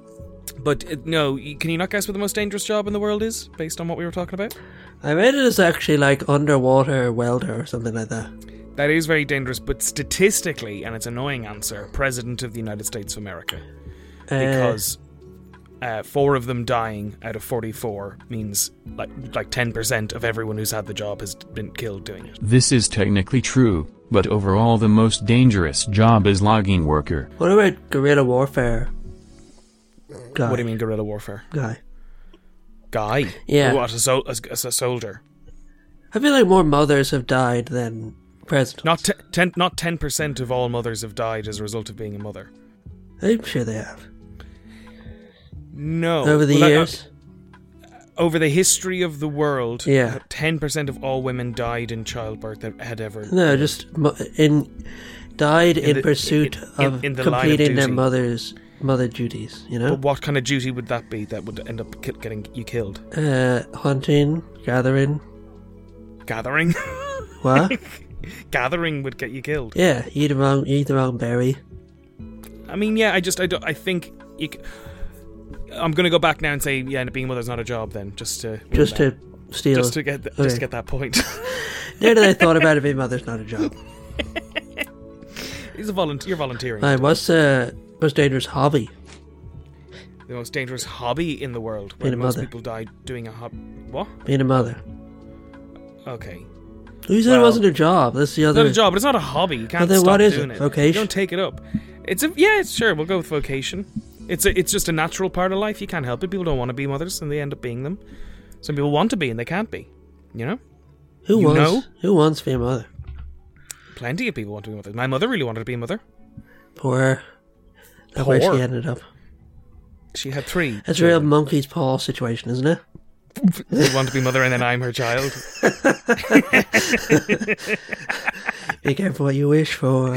S2: but uh, no, y- can you not guess what the most dangerous job in the world is, based on what we were talking about?
S3: I read it as actually like underwater welder or something like that.
S2: That is very dangerous, but statistically, and it's an annoying answer, President of the United States of America.
S3: Uh,
S2: Because uh, four of them dying out of 44 means like like 10% of everyone who's had the job has been killed doing it.
S4: This is technically true, but overall the most dangerous job is logging worker.
S3: what about guerrilla warfare? Guy.
S2: What do you mean, guerrilla warfare?
S3: Guy.
S2: Guy?
S3: Yeah.
S2: What, a, sol- a, a soldier?
S3: I feel like more mothers have died than presidents.
S2: Not, te- ten, not 10% of all mothers have died as a result of being a mother.
S3: I'm sure they have
S2: No.
S3: over the
S2: Well, I- I-
S3: years.
S2: over the history of the world,
S3: Yeah.
S2: 10% of all women died in childbirth that had ever.
S3: no, just mo- in died in,
S2: the-
S3: pursuit
S2: in-
S3: of
S2: in the line of
S3: completing their
S2: duty.
S3: mother's mother duties. You know,
S2: But what kind of duty would that be that would end up ki- getting you killed?
S3: uh, hunting, gathering.
S2: Gathering?
S3: What?
S2: Gathering would get you killed.
S3: yeah, eat the wrong, eat the wrong berry.
S2: I mean, yeah, I just, I, don't, I think. You c- I'm going to go back now and say, yeah, being a mother's not a job then, just to.
S3: Just to steal.
S2: Just to get, th- just
S3: Okay.
S2: to get that point.
S3: Now that I thought about it, being mother's not a job.
S2: He's a volunteer. You're volunteering.
S3: Right, what's uh, most dangerous hobby?
S2: the most dangerous hobby in the world, where
S3: Being a
S2: most
S3: mother.
S2: people die doing a hobby. What?
S3: Being a mother.
S2: Okay.
S3: You said
S2: Well-
S3: it wasn't a job. That's the
S2: It's not
S3: other.
S2: a job, but it's not a hobby. You can't
S3: Well, then
S2: stop
S3: what is
S2: doing
S3: it?
S2: it.
S3: Vocation?
S2: You don't take it up. It's a yeah, it's sure. We'll go with vocation. It's a, it's just a natural part of life. You can't help it. People don't want to be mothers, and they end up being them. Some people want to be, and they can't be. You know,
S3: Who
S2: you
S3: wants?
S2: know?
S3: Who wants to be a mother?
S2: plenty of people want to be mothers. My mother really wanted to be a mother.
S3: Poor. That's where
S2: Poor?
S3: she ended up.
S2: She had three.
S3: That's a real monkey's paw situation, isn't it?
S2: They want to be mother, and then I'm her child.
S3: Be careful what you wish for.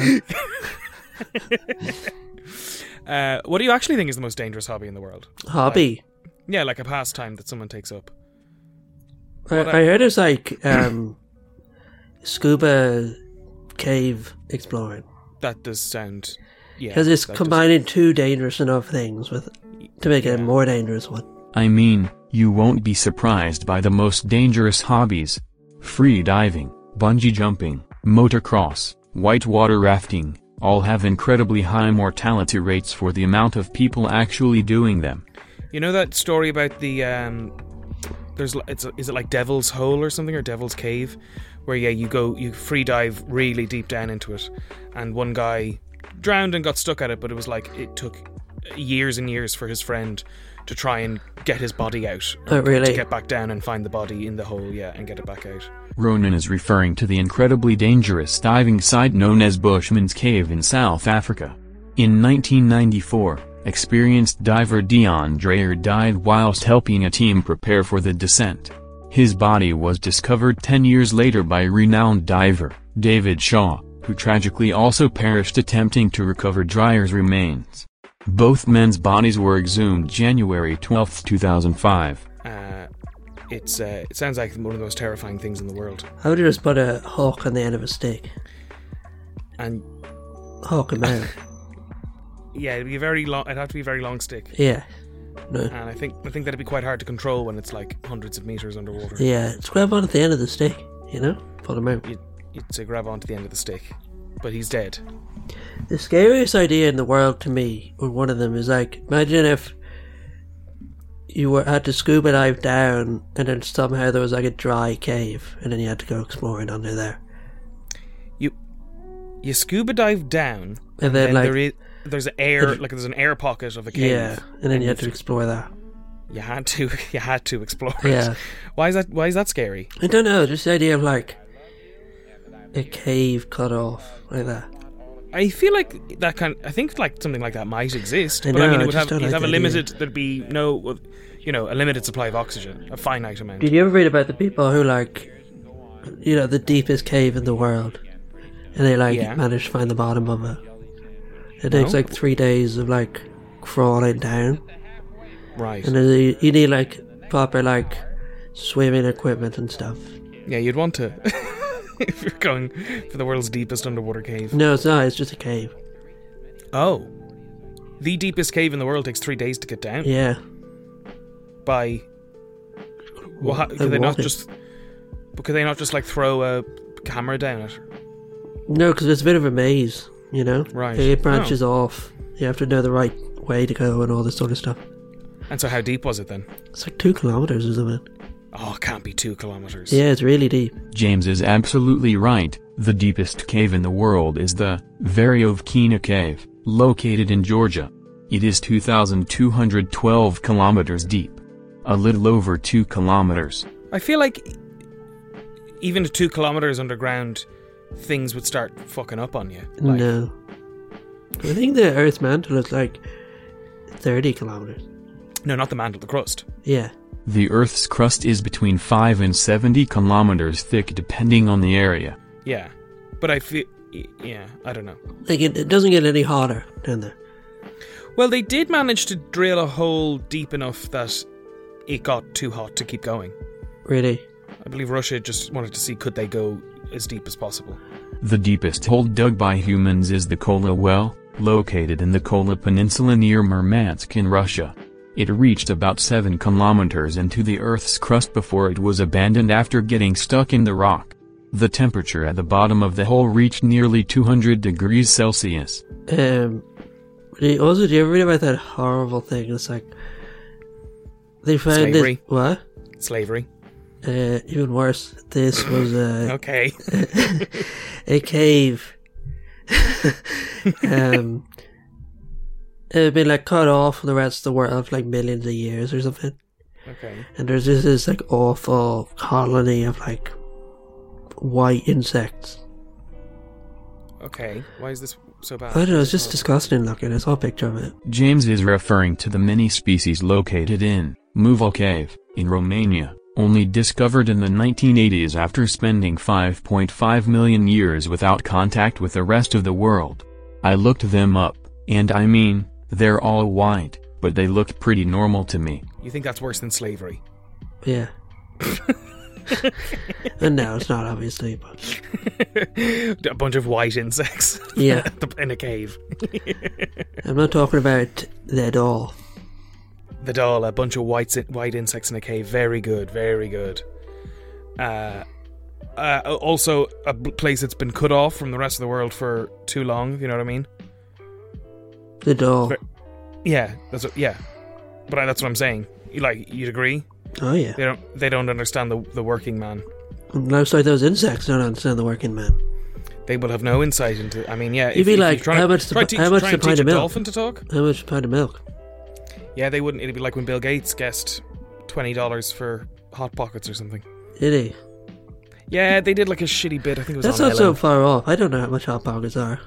S2: Uh, what do you actually think is the most dangerous hobby in the world?
S3: Hobby.
S2: Yeah, like a pastime that someone takes up.
S3: I, I heard it's like um, scuba cave exploring
S2: That does sound. Yeah,
S3: because it's
S2: that does-
S3: combining two dangerous enough things with to make it a more dangerous one.
S4: I mean, you won't be surprised by the most dangerous hobbies. Free diving, bungee jumping, motocross, whitewater rafting, all have incredibly high mortality rates for the amount of people actually doing them.
S2: You know that story about the um there's li- it's is it like Devil's Hole or something or Devil's Cave where yeah you go you free dive really deep down into it and one guy drowned and got stuck at it but it was like it took years and years for his friend to try and get his body out to
S3: Oh, really?
S2: get back down and find the body in the hole yeah and get it back out.
S4: Ronan is referring to the incredibly dangerous diving site known as Bushman's Cave in South Africa. In 1994, experienced diver Dion Dreyer died whilst helping a team prepare for the descent. His body was discovered 10 years later by renowned diver David Shaw, who tragically also perished attempting to recover Dreyer's remains. Both men's bodies were exhumed January 12, 2005.
S2: Uh it's uh, it sounds like one of the most terrifying things in the world
S3: I would just put a hawk on the end of a stick.
S2: and
S3: Hawk him out.
S2: yeah it'd be a very long it'd have to be a very long stick
S3: yeah. No.
S2: and I think I think that'd be quite hard to control when it's like hundreds of meters underwater.
S3: Yeah, it's grab on at the end of the stick, you know? Pull him out.
S2: You'd, you'd say grab onto the end of the stick, but he's dead.
S3: The scariest idea in the world to me, or one of them, is like imagine if you were had to scuba dive down and then somehow there was like a dry cave and then you had to go exploring under there.
S2: You you scuba dive down,
S3: And then,
S2: and
S3: like
S2: there is there's air
S3: If-
S2: like there's an air pocket of a cave.
S3: Yeah. And then you had to explore that.
S2: You had to you had to explore. it.
S3: Yeah.
S2: Why is that Why is that scary?
S3: I don't know, just the idea of like a cave cut off like that.
S2: I feel like that kind. I think like something like that might exist,
S3: I
S2: but I
S3: know,
S2: mean
S3: I
S2: it would have
S3: just don't
S2: you'd
S3: like
S2: have a
S3: the idea.
S2: limited. There'd be no, you know, a limited supply of oxygen, a finite amount.
S3: Did you ever read about the people who like you know, the deepest cave in the world and they like
S2: Yeah.
S3: managed to find the bottom of it. It takes
S2: No.
S3: like three days of like crawling down.
S2: right.
S3: And then you, you need like proper like swimming equipment and stuff.
S2: Yeah, you'd want to. if you're going for the world's deepest underwater cave.
S3: No, it's not. It's just a cave.
S2: Oh. The deepest cave in the world takes three days to get down.
S3: Yeah.
S2: By well, how,
S3: I
S2: could they not
S3: want it.
S2: just? But could they not just like throw a camera down it?
S3: No, because it's a bit of a maze, you know?
S2: Right. Oh.
S3: It branches off. You have to know the right way to go and all this sort of stuff.
S2: And so, how deep was it then?
S3: It's like two kilometers or something.
S2: Oh, it can't be two kilometers.
S3: Yeah, it's really deep.
S4: James is absolutely right. The deepest cave in the world is the Varyovkina Cave, located in Georgia. It is 2,212 kilometers deep. A little over 2 kilometers.
S2: I feel like even at two kilometers underground, things would start fucking up on you. Like,
S3: No. I think the Earth's mantle is like 30 kilometers.
S2: no, not the mantle, the crust.
S3: Yeah.
S4: The Earth's crust is between 5 and 70 kilometers thick depending on the area.
S2: Yeah, but I feel. Yeah, I don't know.
S3: Like it, it doesn't get any hotter down there.
S2: Well, they did manage to drill a hole deep enough that it got too hot to keep going.
S3: Really.
S2: I believe Russia just wanted to see could they go as deep as possible.
S4: The deepest hole dug by humans is the Kola Well, located in the Kola Peninsula near Murmansk in Russia. It reached about 7 kilometers into the Earth's crust before it was abandoned after getting stuck in the rock. The temperature at the bottom of the hole reached nearly 200 degrees Celsius.
S3: Um, they also, do you ever read about that horrible thing? It's like they found
S2: Slavery.
S3: this. What?
S2: Slavery.
S3: Uh, even worse, this was a,
S2: Okay.
S3: a cave. um, it had been like cut off from the rest of the world for like millions of years or something.
S2: Okay.
S3: And there's just this like awful colony of like white insects.
S2: Okay. Why is this so bad?
S3: I don't know, it's just disgusting looking. I saw a picture of it.
S4: James is referring to the many species located in Muval Cave, in Romania, only discovered in the 1980s after spending 5.5 million years without contact with the rest of the world. I looked them up, and I mean, they're all white, but they looked pretty normal to me.
S2: You think that's worse than slavery?
S3: Yeah. and no, it's not obviously, but
S2: A bunch of white insects
S3: yeah,
S2: in a cave.
S3: I'm not talking about that at all.
S2: The doll, a bunch of white white insects in a cave. Very good. Very good. Uh, uh, also, a bl- place that's been cut off from the rest of the world for too long. if You know what I mean?
S3: The doll.
S2: Ver- Yeah. That's what, yeah. But I, that's what I'm saying. You like you'd agree?
S3: Oh yeah.
S2: They don't. They don't understand the the working man.
S3: And looks like those insects don't understand the working man.
S2: They will have no insight into. I mean, yeah.
S3: You'd be like,
S2: try
S3: how much the-
S2: try teach-
S3: how much
S2: try
S3: the
S2: and teach
S3: pint
S2: a
S3: of milk?
S2: dolphin to talk?
S3: How much a pound of milk?
S2: Yeah, they wouldn't. It'd be like when Bill Gates guessed twenty dollars for hot pockets or something.
S3: Did he?
S2: Yeah, they did like a shitty bit. I think it was.
S3: That's
S2: on
S3: not so
S2: Ellen.
S3: far off. I don't know how much hot pockets are.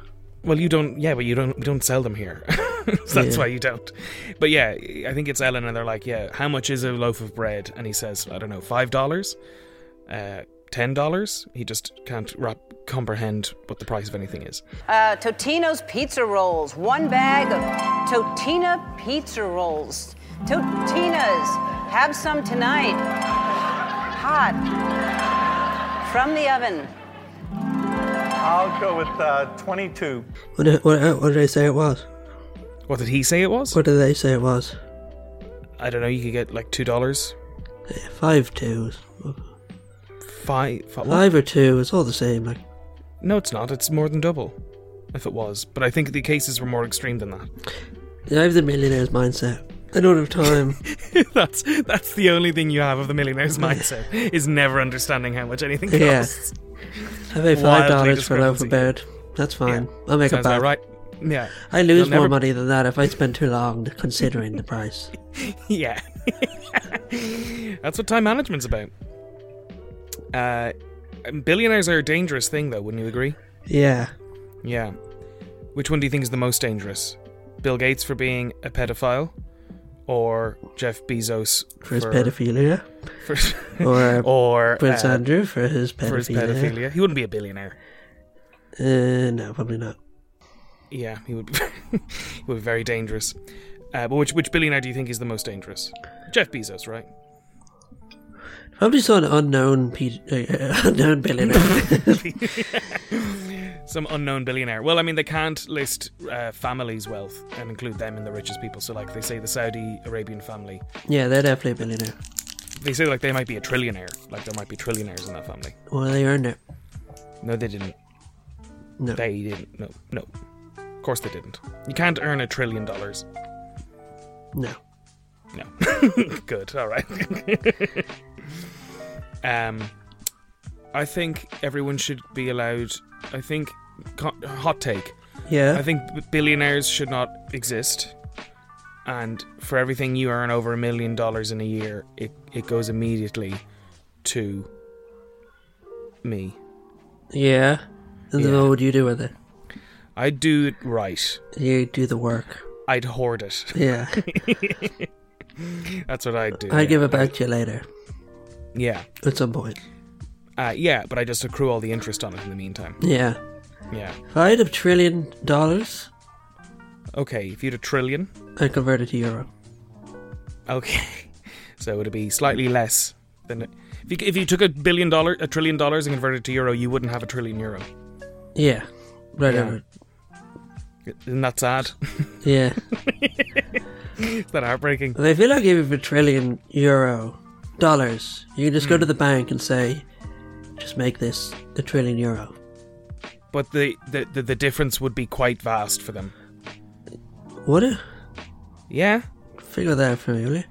S2: Well, you don't. Yeah, but you don't. We don't sell them here. so that's
S3: Yeah.
S2: why you don't. But yeah, I think it's Ellen, and they're like, "Yeah, how much is a loaf of bread?" And he says, "I don't know, five dollars, uh, ten dollars." He just can't wrap, comprehend what the price of anything is.
S5: Uh, Totino's pizza rolls. One bag of Totina pizza rolls. Totinas. Have some tonight. Hot. From the oven.
S6: I'll go with uh, 22.
S3: What did, what, what did they say it was?
S2: What did he say it was?
S3: What did they say it was?
S2: I don't know. You could get like two dollars,
S3: Five twos.
S2: five. fi- what?
S3: Five or two, it's all the same. Like,
S2: No, it's not. It's more than double. If it was, but I think the cases were more extreme than that.
S3: I have the millionaire's mindset. I don't have time.
S2: that's that's the only thing you have of the millionaire's mindset is never understanding how much anything costs.
S3: Yeah. I pay five dollars for a loaf
S2: discrepancy.
S3: of bread. That's fine. I'll make
S2: Sounds
S3: a
S2: about
S3: bet.
S2: right. Yeah,
S3: I lose
S2: You'll
S3: more
S2: never-
S3: money than that if I spend too long considering the price.
S2: yeah. that's what time management's about. Uh, billionaires are a dangerous thing, though. Wouldn't you agree?
S3: Yeah.
S2: Yeah. Which one do you think is the most dangerous? Bill Gates for being a pedophile, or Jeff Bezos
S3: For his pedophilia.
S2: for,
S3: Or
S2: or
S3: Prince
S2: uh,
S3: Andrew for his pedophilia.
S2: for his pedophilia. He wouldn't be a billionaire.
S3: Uh, no, probably not.
S2: Yeah, he would. Be, he would be very dangerous. Uh, but which which billionaire do you think is the most dangerous? Jeff Bezos, right?
S3: If I'm just on unknown Pete, uh, unknown billionaire.
S2: Some unknown billionaire. Well, I mean, they can't list uh, families' wealth and include them in the richest people. So, like, they say the Saudi Arabian family.
S3: yeah, they're definitely a billionaire.
S2: They say like they might be a trillionaire. Like there might be trillionaires in that family.
S3: Well, they earned it.
S2: No, they didn't.
S3: No.
S2: They didn't. No, no. Of course they didn't. You can't earn a trillion dollars.
S3: No.
S2: No. Good. All right. um, I think everyone should be allowed. I think co- hot take.
S3: Yeah.
S2: I think b- billionaires should not exist. And for everything you earn over a million dollars in a year, it, it goes immediately to me.
S3: yeah. And then
S2: Yeah.
S3: what would you do with it?
S2: I'd do it right.
S3: You do the work.
S2: I'd hoard it.
S3: Yeah.
S2: That's what I'd do.
S3: I
S2: yeah.
S3: give it back to you later
S2: Yeah.
S3: at some point.
S2: Uh, yeah, but I just accrue all the interest on it in the meantime.
S3: Yeah.
S2: Yeah.
S3: If I had a trillion dollars,
S2: Okay, if you had a trillion,
S3: I convert it to euro.
S2: okay. So it'd be slightly less than if you, if you took a billion dollar, a trillion dollars and converted it to euro, you wouldn't have a trillion euro.
S3: Yeah. Right
S2: Yeah.
S3: over.
S2: Isn't that sad?
S3: Yeah.
S2: Is that heartbreaking?
S3: But I feel like if you have a trillion euro dollars, you can just
S2: Hmm.
S3: go to the bank and say, just make this a trillion euro.
S2: But the, the, the, the difference would be quite vast for them.
S3: Would it?
S2: Yeah?
S3: Figure that out for me, will you?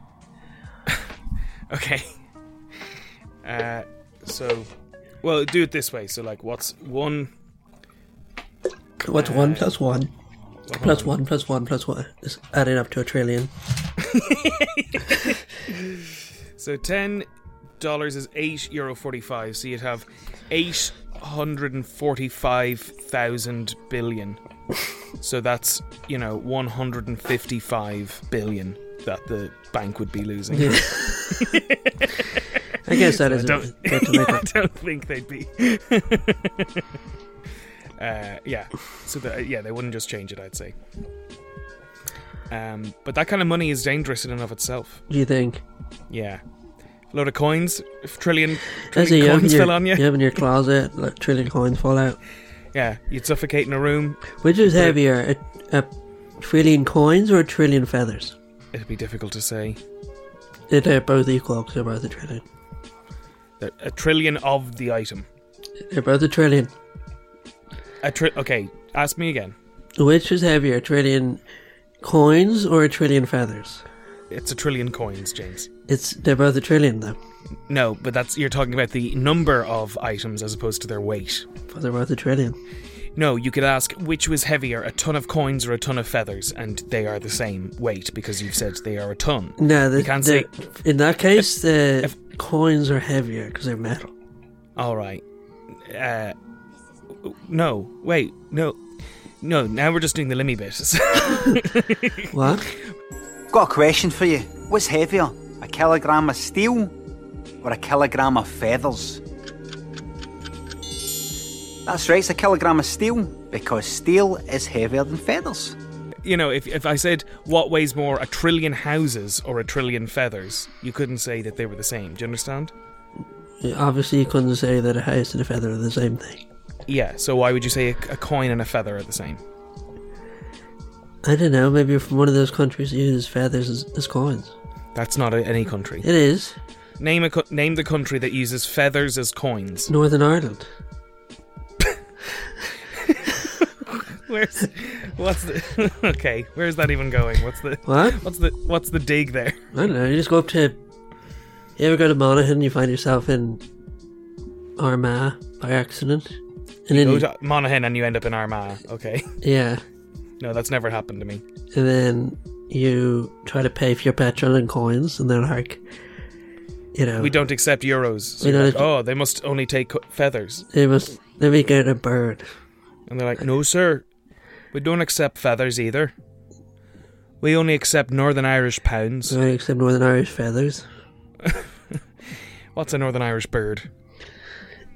S2: Okay. Uh, so, well, do it this way. So, like, what's one
S3: What's
S2: Uh,
S3: one plus one? Plus one plus one plus one. Just adding up to a trillion.
S2: So ten dollars is eight euro forty-five. So you'd have eight hundred and forty-five thousand billion. So that's you know one hundred and fifty-five billion that the bank would be losing.
S3: Yeah. I guess that is
S2: don't-
S3: a bit to make
S2: I
S3: up.
S2: don't think they'd be. uh, yeah, so the, yeah, they wouldn't just change it. I'd say. Um, but that kind of money is dangerous in and of itself.
S3: What do you think?
S2: Yeah. A load of coins. If trillion,
S3: That's it,
S2: trillion
S3: you open
S2: coins
S3: your,
S2: fell on you.
S3: you open your closet, like trillion coins fall out.
S2: Yeah. You'd suffocate in a room.
S3: Which is heavier, a, a trillion coins or a trillion feathers?
S2: It'd be difficult to say.
S3: They're- They're both equal because they're both a trillion.
S2: There- A trillion of the item.
S3: They're both a trillion.
S2: A tri- okay, ask me again.
S3: Which is heavier, a trillion coins or a trillion feathers?
S2: It's a trillion coins, James.
S3: It's they're both a trillion though,
S2: No, but that's you're talking about the number of items as opposed to their weight.
S3: but they're both a trillion.
S2: No, you could ask which was heavier, a ton of coins or a ton of feathers, and they are the same weight because you've said they are a ton.
S3: No, the,
S2: you can't say.
S3: the, in that case the coins are heavier because they're metal.
S2: All right. Uh, no, wait, no, no. Now we're just doing the limmy bit.
S3: What?
S7: Got a question for you. What's heavier, a kilogram of steel or a kilogram of feathers? That's right, it's a kilogram of steel because steel is heavier than feathers.
S2: you know, if, if I said what weighs more, a trillion houses or a trillion feathers, you couldn't say that they were the same. Do you understand?
S3: Obviously, you couldn't say that a house and a feather are the same thing.
S2: Yeah. So why would you say a, a coin and a feather are the same?
S3: I don't know. Maybe you're from one of those countries that uses feathers as, as coins.
S2: That's not a, any country.
S3: It is
S2: Name a co- name the country that uses feathers as coins.
S3: Northern Ireland.
S2: Where's what's the okay? Where's that even going? What's the
S3: What?
S2: what's the what's the dig there?
S3: I don't know. You just go up to. You ever go to Monaghan and you find yourself in Armagh by accident? And then,
S2: Go
S3: you-
S2: to Monaghan and you end up in Armagh. Okay.
S3: yeah,
S2: No, that's never happened to me.
S3: and then you try to pay for your petrol in coins, and they're like, you know,
S2: We don't accept euros. So
S3: We
S2: you're
S3: don't
S2: like, oh, they must only take co- feathers.
S3: They must. Let me get a bird.
S2: And they're like, no, sir, we don't accept feathers either. We only accept Northern Irish pounds.
S3: I accept Northern Irish feathers.
S2: What's a Northern Irish bird?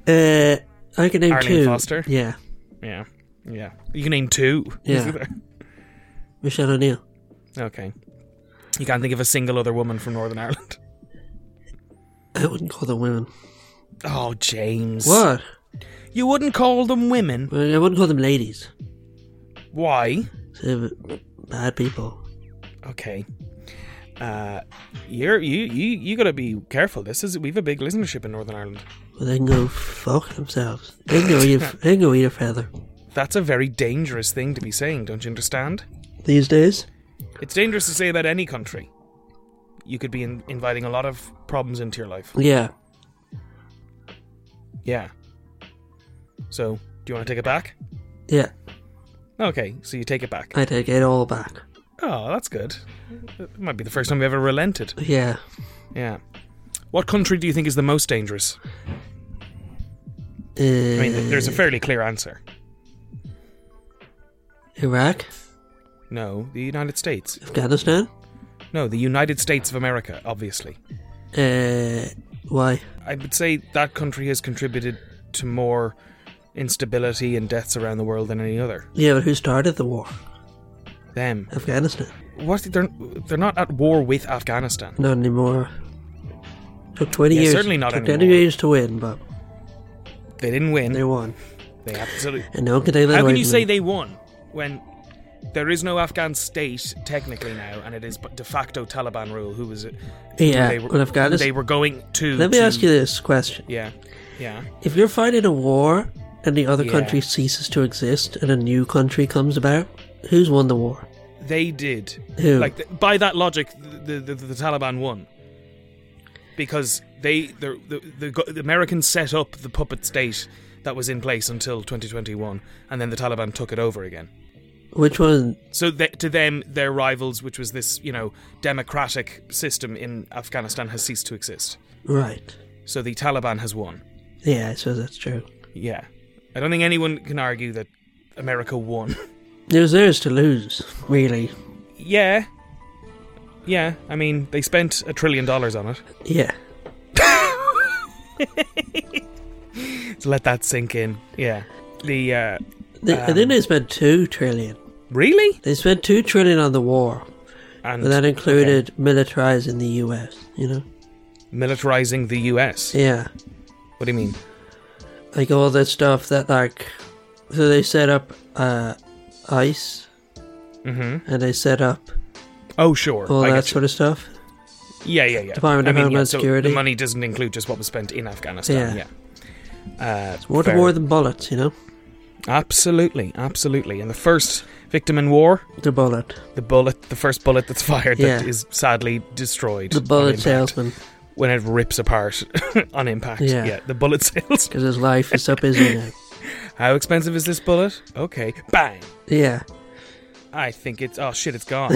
S3: Uh, I can name
S2: Arlene
S3: two.
S2: Foster?
S3: Yeah,
S2: Yeah. Yeah. You can name two.
S3: Yeah. Michelle O'Neill.
S2: okay. You can't think of a single other woman from Northern Ireland.
S3: I wouldn't call them women.
S2: Oh, James.
S3: What?
S2: You wouldn't call them women.
S3: Well, I wouldn't call them ladies.
S2: Why?
S3: They're bad people.
S2: Okay. Uh, you're you you you gotta be careful. This is we've a big listenership in Northern Ireland.
S3: Well, they can go fuck themselves. They can go eat a, they can go eat a feather.
S2: That's a very dangerous thing to be saying. Don't you understand?
S3: These days,
S2: It's dangerous to say about any country. You could be in, inviting a lot of problems into your life.
S3: yeah.
S2: Yeah. So, do you want to take it back?
S3: Yeah,
S2: Okay, so you take it back.
S3: I take it all back.
S2: Oh, that's good. It might be the first time we ever relented.
S3: Yeah.
S2: Yeah. What country do you think is the most dangerous?
S3: Uh,
S2: I mean, th- there's a fairly clear answer.
S3: Iraq,
S2: No, the United States.
S3: Afghanistan.
S2: No, the United States of America, obviously.
S3: Uh, why?
S2: I would say that country has contributed to more instability and deaths around the world than any other.
S3: Yeah, but who started the war?
S2: Them.
S3: Afghanistan.
S2: What? They're they're not at war with Afghanistan.
S3: Not anymore. Took twenty
S2: Yeah,
S3: years.
S2: certainly not
S3: Took twenty
S2: anymore.
S3: years to win, but
S2: They didn't win.
S3: they
S2: They,
S3: won,
S2: absolutely.
S3: and no one can take that
S2: How
S3: away
S2: can you
S3: from
S2: say
S3: them.
S2: they won when there is no Afghan state technically now, and it is but de facto Taliban rule? Who was it?
S3: Yeah,
S2: they were,
S3: well, Afghanis-
S2: They were going to.
S3: Let me
S2: to-
S3: ask you this question:
S2: Yeah, yeah.
S3: If you're fighting a war and the other
S2: Yeah.
S3: country ceases to exist and a new country comes about, who's won the war?
S2: They did.
S3: Who?
S2: Like th- by that logic, the the, the the Taliban won because they the, the the go- the Americans set up the puppet state that was in place until 2021, and then the Taliban took it over again.
S3: Which one?
S2: So th- to them, their rivals, which was this you know democratic system in Afghanistan, has ceased to exist.
S3: Right.
S2: So the Taliban has won.
S3: Yeah, I suppose that's true.
S2: Yeah, I don't think anyone can argue that America won.
S3: It was theirs to lose, really.
S2: yeah, yeah. I mean, they spent a trillion dollars on it.
S3: Yeah.
S2: So let that sink in. Yeah. The uh
S3: They, I think they spent two trillion.
S2: really
S3: They spent two trillion on the war,
S2: and
S3: but that included militarizing the U.S. You know?
S2: militarizing the U.S.
S3: Yeah.
S2: What do you mean?
S3: like all the stuff that like so they set up uh ice mm-hmm. and they set up
S2: Oh, sure.
S3: all
S2: I
S3: that
S2: get you.
S3: sort of stuff
S2: Yeah, yeah, yeah.
S3: Department
S2: I
S3: of
S2: mean,
S3: Homeland
S2: yeah, so
S3: Security.
S2: the money doesn't include just what was spent in Afghanistan.
S3: Yeah.
S2: Yeah. Uh,
S3: it's more to
S2: fair.
S3: war than bullets you know
S2: Absolutely, absolutely. And the first victim in war,
S3: the bullet
S2: the bullet, the first bullet that's fired that
S3: Yeah.
S2: is sadly destroyed.
S3: the
S2: on
S3: bullet
S2: impact.
S3: salesman
S2: When it rips apart on impact.
S3: Yeah.
S2: Yeah. the bullet sales.
S3: because his life is so busy now
S2: How expensive is this bullet? Okay. Bang.
S3: yeah
S2: I think it's oh shit, it's gone.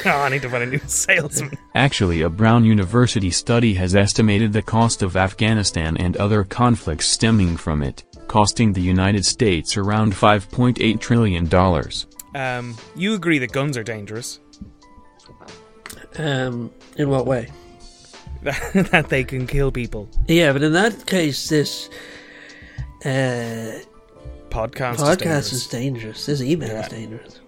S2: oh, I need to find a new salesman.
S4: Actually, a Brown University study has estimated the cost of Afghanistan and other conflicts stemming from it, costing the United States around $5.8 trillion.
S2: Um, you agree that guns are dangerous?
S3: um in what way
S2: that they can kill people.
S3: yeah but in that case this uh
S2: Podcast.
S3: podcast
S2: is
S3: is dangerous this email is
S2: Yeah.
S3: dangerous
S2: dangerous.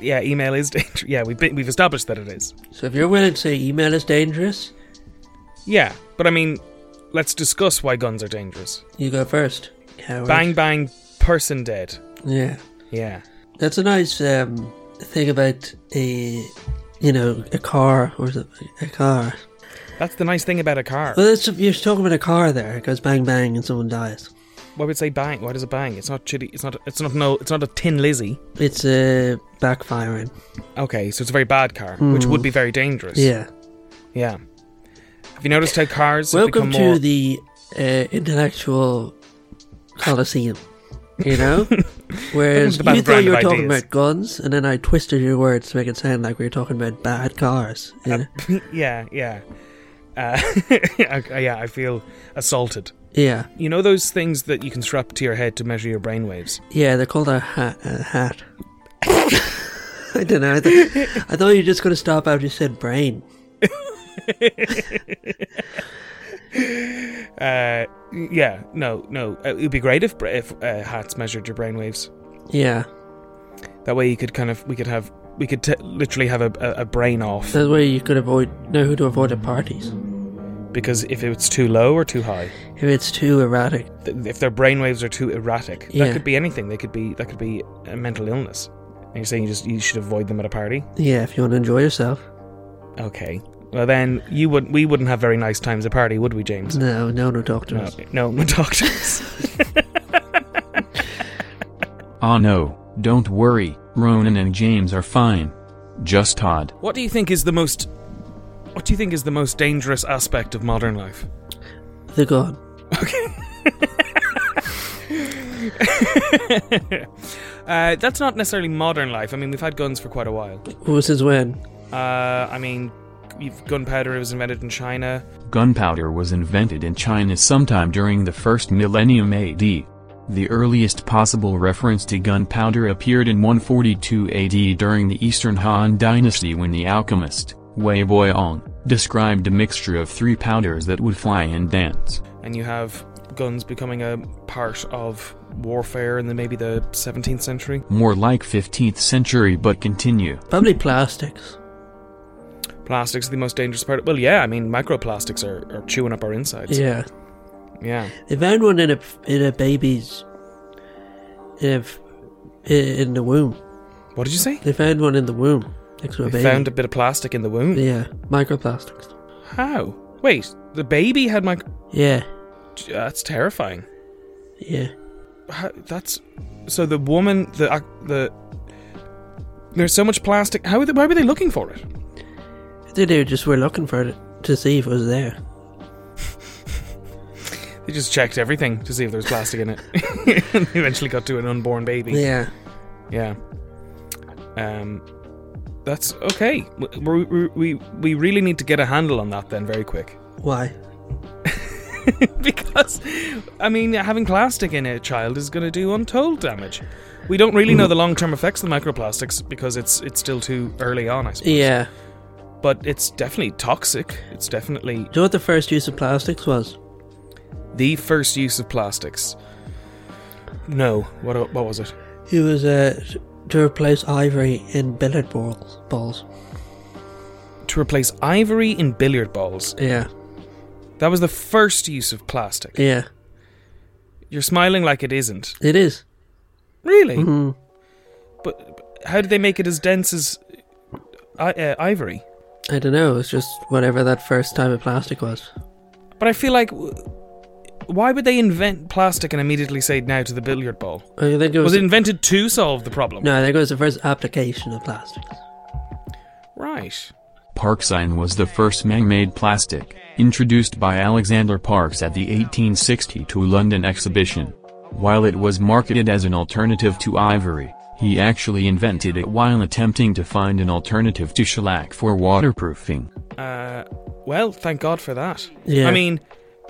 S2: yeah, email is dangerous. Yeah, we've been, we've established that it is.
S3: so if you're willing to say email is dangerous
S2: Yeah, but I mean, let's discuss why guns are dangerous.
S3: you go first Coward.
S2: Bang bang, person dead.
S3: yeah
S2: Yeah,
S3: That's a nice um, thing about a, you know, a car or something. A car.
S2: that's the nice thing about a car.
S3: Well, that's, you're talking about a car there. It goes bang bang and someone dies.
S2: Why would it say bang? Why does it bang? It's not chitty. It's not. It's not no. It's not a tin lizzy.
S3: It's uh, backfiring.
S2: Okay, so it's a very bad car, which would be very dangerous.
S3: Hmm. Yeah.
S2: Yeah. Have you noticed how cars have
S3: Welcome
S2: become
S3: to
S2: more?
S3: the uh, intellectual coliseum. You know, whereas
S2: The
S3: you thought
S2: battleground
S3: you were
S2: of
S3: talking
S2: ideas.
S3: about guns, and then I twisted your words to make it sound like we were talking about bad cars. You know?
S2: yeah, yeah. Uh, I- yeah, I feel assaulted.
S3: yeah,
S2: You know those things that you can strap to your head to measure your brainwaves?
S3: Yeah, they're called a hat. A hat. I don't know. I, th- I thought you were just going to stop after you said brain.
S2: Uh, yeah, no, no. Uh, it would be great if, bra- if uh, hats measured your brainwaves.
S3: Yeah.
S2: That way you could kind of, we could have we could t- literally have a, a, a brain off
S3: That way you could avoid know who to avoid at parties.
S2: because if it's too low or too high,
S3: If it's too erratic,
S2: th- if their brainwaves are too erratic,
S3: Yeah.
S2: that could be anything. They could be that could be a mental illness. And you're saying you just you should avoid them at a party?
S3: yeah, if you want to enjoy yourself.
S2: Okay. Well then, you would we wouldn't have very nice times at party, would we, James?
S3: No, no, no doctor.
S2: No, no, no doctors.
S4: Ah no, don't worry, Ronan and James are fine. Just Todd.
S2: what do you think is the most? What do you think is the most dangerous aspect of modern life?
S3: They're gone.
S2: Uh, that's not necessarily modern life. I mean, we've had guns for quite a while.
S3: Well, since when?
S2: Uh, I mean, you've, gunpowder was invented in China.
S4: Gunpowder was invented in China sometime during the first millennium AD. The earliest possible reference to gunpowder appeared in 142 AD during the Eastern Han Dynasty when the alchemist, Wei Boyong, described a mixture of three powders that would fly and dance.
S2: and you have guns becoming a part of warfare in the maybe the 17th century.
S4: More like 15th century but continue.
S3: Probably plastics.
S2: Plastics are the most dangerous part. Well, yeah, I mean microplastics are, are chewing up our insides.
S3: Yeah,
S2: Yeah.
S3: they found one in a in a baby's in a, f- in the womb.
S2: What did you say?
S3: They found one in the womb next to a
S2: They
S3: baby.
S2: found a bit of plastic in the womb.
S3: yeah, microplastics.
S2: How? Wait, the baby had micro.
S3: Yeah,
S2: That's terrifying.
S3: yeah.
S2: How, that's so the woman the ac- the there's so much plastic. How? Are they, why were they looking for it?
S3: I think they were just were looking for it to see if it was there.
S2: They just checked everything to see if there was plastic in it. and they eventually got to an unborn baby.
S3: Yeah,
S2: Yeah. Um, that's okay. We- We, we, we, we really need to get a handle on that then very quick.
S3: why?
S2: because, I mean, having plastic in a child is going to do untold damage. We don't really know the long term effects of the microplastics because it's it's still too early on, I suppose.
S3: Yeah.
S2: But it's definitely toxic. It's definitely
S3: Do you know what the first use of plastics was?
S2: the first use of plastics. No, what what was it?
S3: It was uh, to replace ivory in billiard balls. balls.
S2: To replace ivory in billiard balls.
S3: Yeah,
S2: That was the first use of plastic.
S3: yeah.
S2: You're smiling like it isn't.
S3: It is.
S2: Really?
S3: Mm-hmm.
S2: But but how did they make it as dense as I- uh, ivory?
S3: I don't know. It's just whatever that first time of plastic was.
S2: But I feel like w- why would they invent plastic and immediately say now to the billiard ball?
S3: I think it was.
S2: Was it invented to solve the problem?
S3: no, I think it was the first application of plastics.
S2: Right.
S4: Parksine was the first man-made plastic, introduced by Alexander Parks at the 1862 London exhibition. While it was marketed as an alternative to ivory, he actually invented it while attempting to find an alternative to shellac for waterproofing.
S2: Uh, well, thank God for that.
S3: Yeah.
S2: I mean,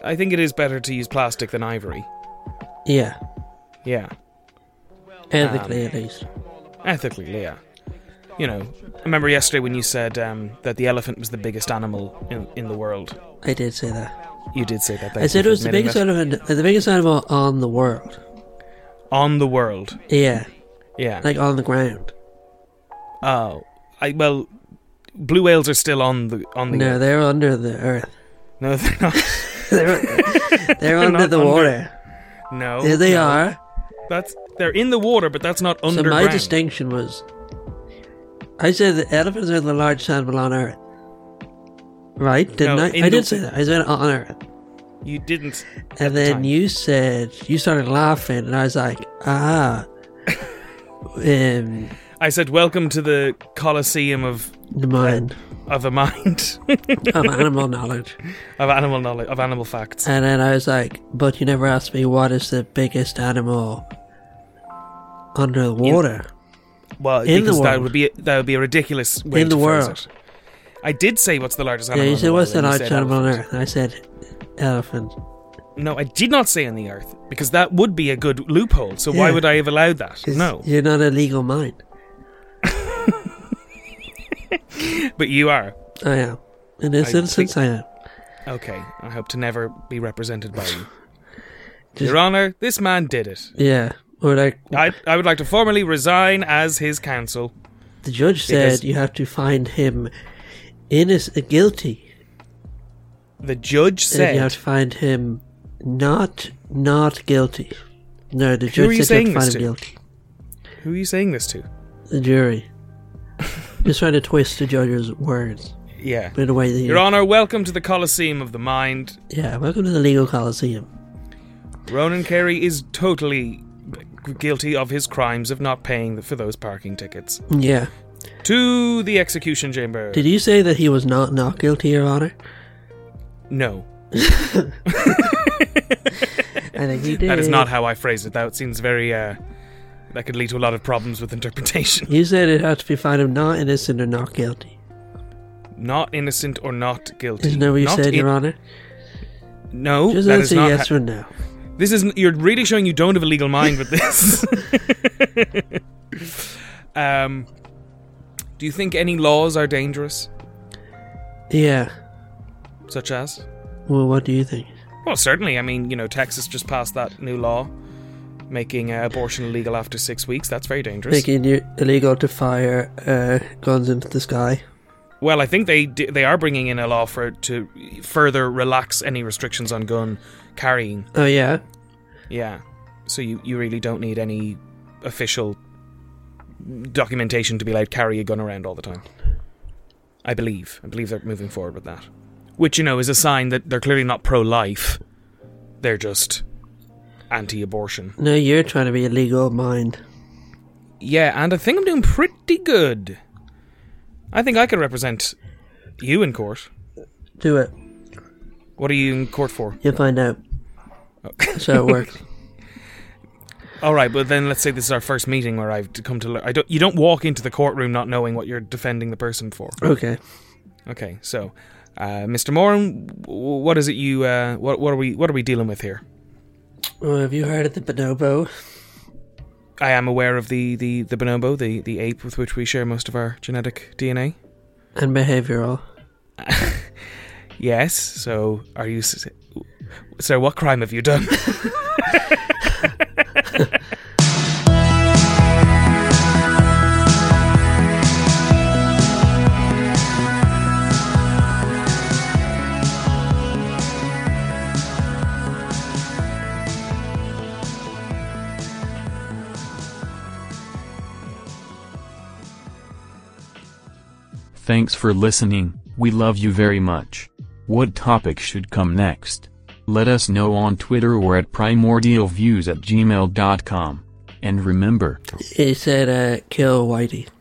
S2: I think it is better to use plastic than ivory.
S3: Yeah,
S2: Yeah.
S3: ethically at least.
S2: Ethically, yeah. You know, I remember yesterday when you said um, that the elephant was the biggest animal in, in the world.
S3: I did say that.
S2: You did say that. thank
S3: I
S2: you
S3: said
S2: for
S3: it was the
S2: admitting
S3: biggest
S2: that.
S3: animal, uh, the biggest animal on the world.
S2: on the world.
S3: Yeah,
S2: Yeah.
S3: like on the ground.
S2: Oh, I well, blue whales are still on the on the
S3: No, they're under the earth.
S2: no they're not.
S3: They're, they're under
S2: not
S3: the
S2: under-
S3: water.
S2: No,
S3: There they
S2: no.
S3: are.
S2: That's they're in the water, but that's not
S3: So
S2: underground.
S3: my distinction was, I said the elephants are the largest animal on Earth. Right? Didn't
S2: No,
S3: I?
S2: in
S3: I
S2: the-
S3: did say that. I said on Earth,
S2: you didn't. at
S3: and
S2: the
S3: then
S2: time.
S3: you said you started laughing, and I was like, ah, um,
S2: I said, "Welcome to the Colosseum of
S3: the mind
S2: of a mind
S3: of animal knowledge.
S2: of animal knowledge of animal facts."
S3: And then I was like, but you never asked me what is the biggest animal under the water.
S2: Well,
S3: in the
S2: because that
S3: world.
S2: would be that would be a ridiculous way
S3: In
S2: to
S3: the
S2: phrase
S3: world.
S2: it. I did say what's the largest
S3: yeah,
S2: animal.
S3: you
S2: on
S3: said
S2: the
S3: what's the
S2: world, and you
S3: largest
S2: said
S3: animal on
S2: elephant.
S3: Earth? And I said elephant.
S2: No, I did not say on the earth because that would be a good loophole. So why
S3: Yeah.
S2: would I have allowed that?
S3: 'Cause
S2: No,
S3: you're not a legal mind.
S2: but you are.
S3: I am. In this
S2: I
S3: instance, I am.
S2: Okay, I hope to never be represented by you.
S3: Just-
S2: Your Honour, this man did it.
S3: Yeah. Or like,
S2: I, I would like to formally resign as his counsel.
S3: The judge said
S2: Because-
S3: you have to find him innocent, uh, guilty,
S2: The judge
S3: and then you have
S2: said,
S3: to find him not not guilty. No, the
S2: Who are
S3: judge
S2: you
S3: said you
S2: saying
S3: have to find
S2: this to?
S3: him guilty.
S2: "Who are you saying this to?"
S3: The jury. Just trying to twist the judge's words
S2: Yeah,
S3: in a way that you,
S2: Your Honor, welcome to the Colosseum of the Mind.
S3: Yeah, welcome to the legal coliseum.
S2: Ronan Carey is totally g- guilty of his crimes of not paying for those parking tickets.
S3: Yeah.
S2: To the execution chamber.
S3: Did you say that he was not not guilty, Your Honor?
S2: no,
S3: I think he did.
S2: that is not how I phrased it. That seems very. Uh, that could lead to a lot of problems with interpretation.
S3: You said it had to be found him not innocent or not guilty.
S2: Not innocent or not guilty.
S3: Isn't that what you
S2: Not
S3: said,
S2: in-
S3: Your Honor?
S2: No,
S3: Just
S2: that is
S3: answer
S2: not.
S3: yes
S2: ho-
S3: or no.
S2: This is you're really showing you don't have a legal mind with this. um, do you think any laws are dangerous,
S3: Yeah.
S2: such as?
S3: Well, what do you think?
S2: Well, certainly. I mean, you know, Texas just passed that new law making uh, abortion illegal after six weeks. That's very dangerous.
S3: Making it illegal to fire uh, guns into the sky.
S2: well, I think they d- they are bringing in a law for to further relax any restrictions on gun carrying.
S3: Oh yeah.
S2: Yeah, so you you really don't need any official documentation to be allowed to carry a gun around all the time. I believe. I believe they're moving forward with that, which you know is a sign that they're clearly not pro-life. They're just anti-abortion.
S3: No, you're trying to be a legal mind.
S2: Yeah, and I think I'm doing pretty good. I think I could represent you in court.
S3: Do it.
S2: What are you in court for?
S3: You'll find out. That's how it works.
S2: All right, but then let's say this is our first meeting where I've come to. lear- I don't. You don't walk into the courtroom not knowing what you're defending the person for.
S3: Okay.
S2: Okay, so, uh, Mr. Moran, w- what is it you? Uh, what what are we what are we dealing with here?
S3: Well, have you heard of the bonobo?
S2: I am aware of the the the bonobo, the the ape with which we share most of our genetic DNA.
S3: And behavioral.
S2: Yes. So, are you? s- Sir, what crime have you done?
S4: Thanks for listening, we love you very much. What topic should come next? Let us know on Twitter or at primordialviews at gmail.com. And remember,
S3: He said, uh, "Kill Whitey."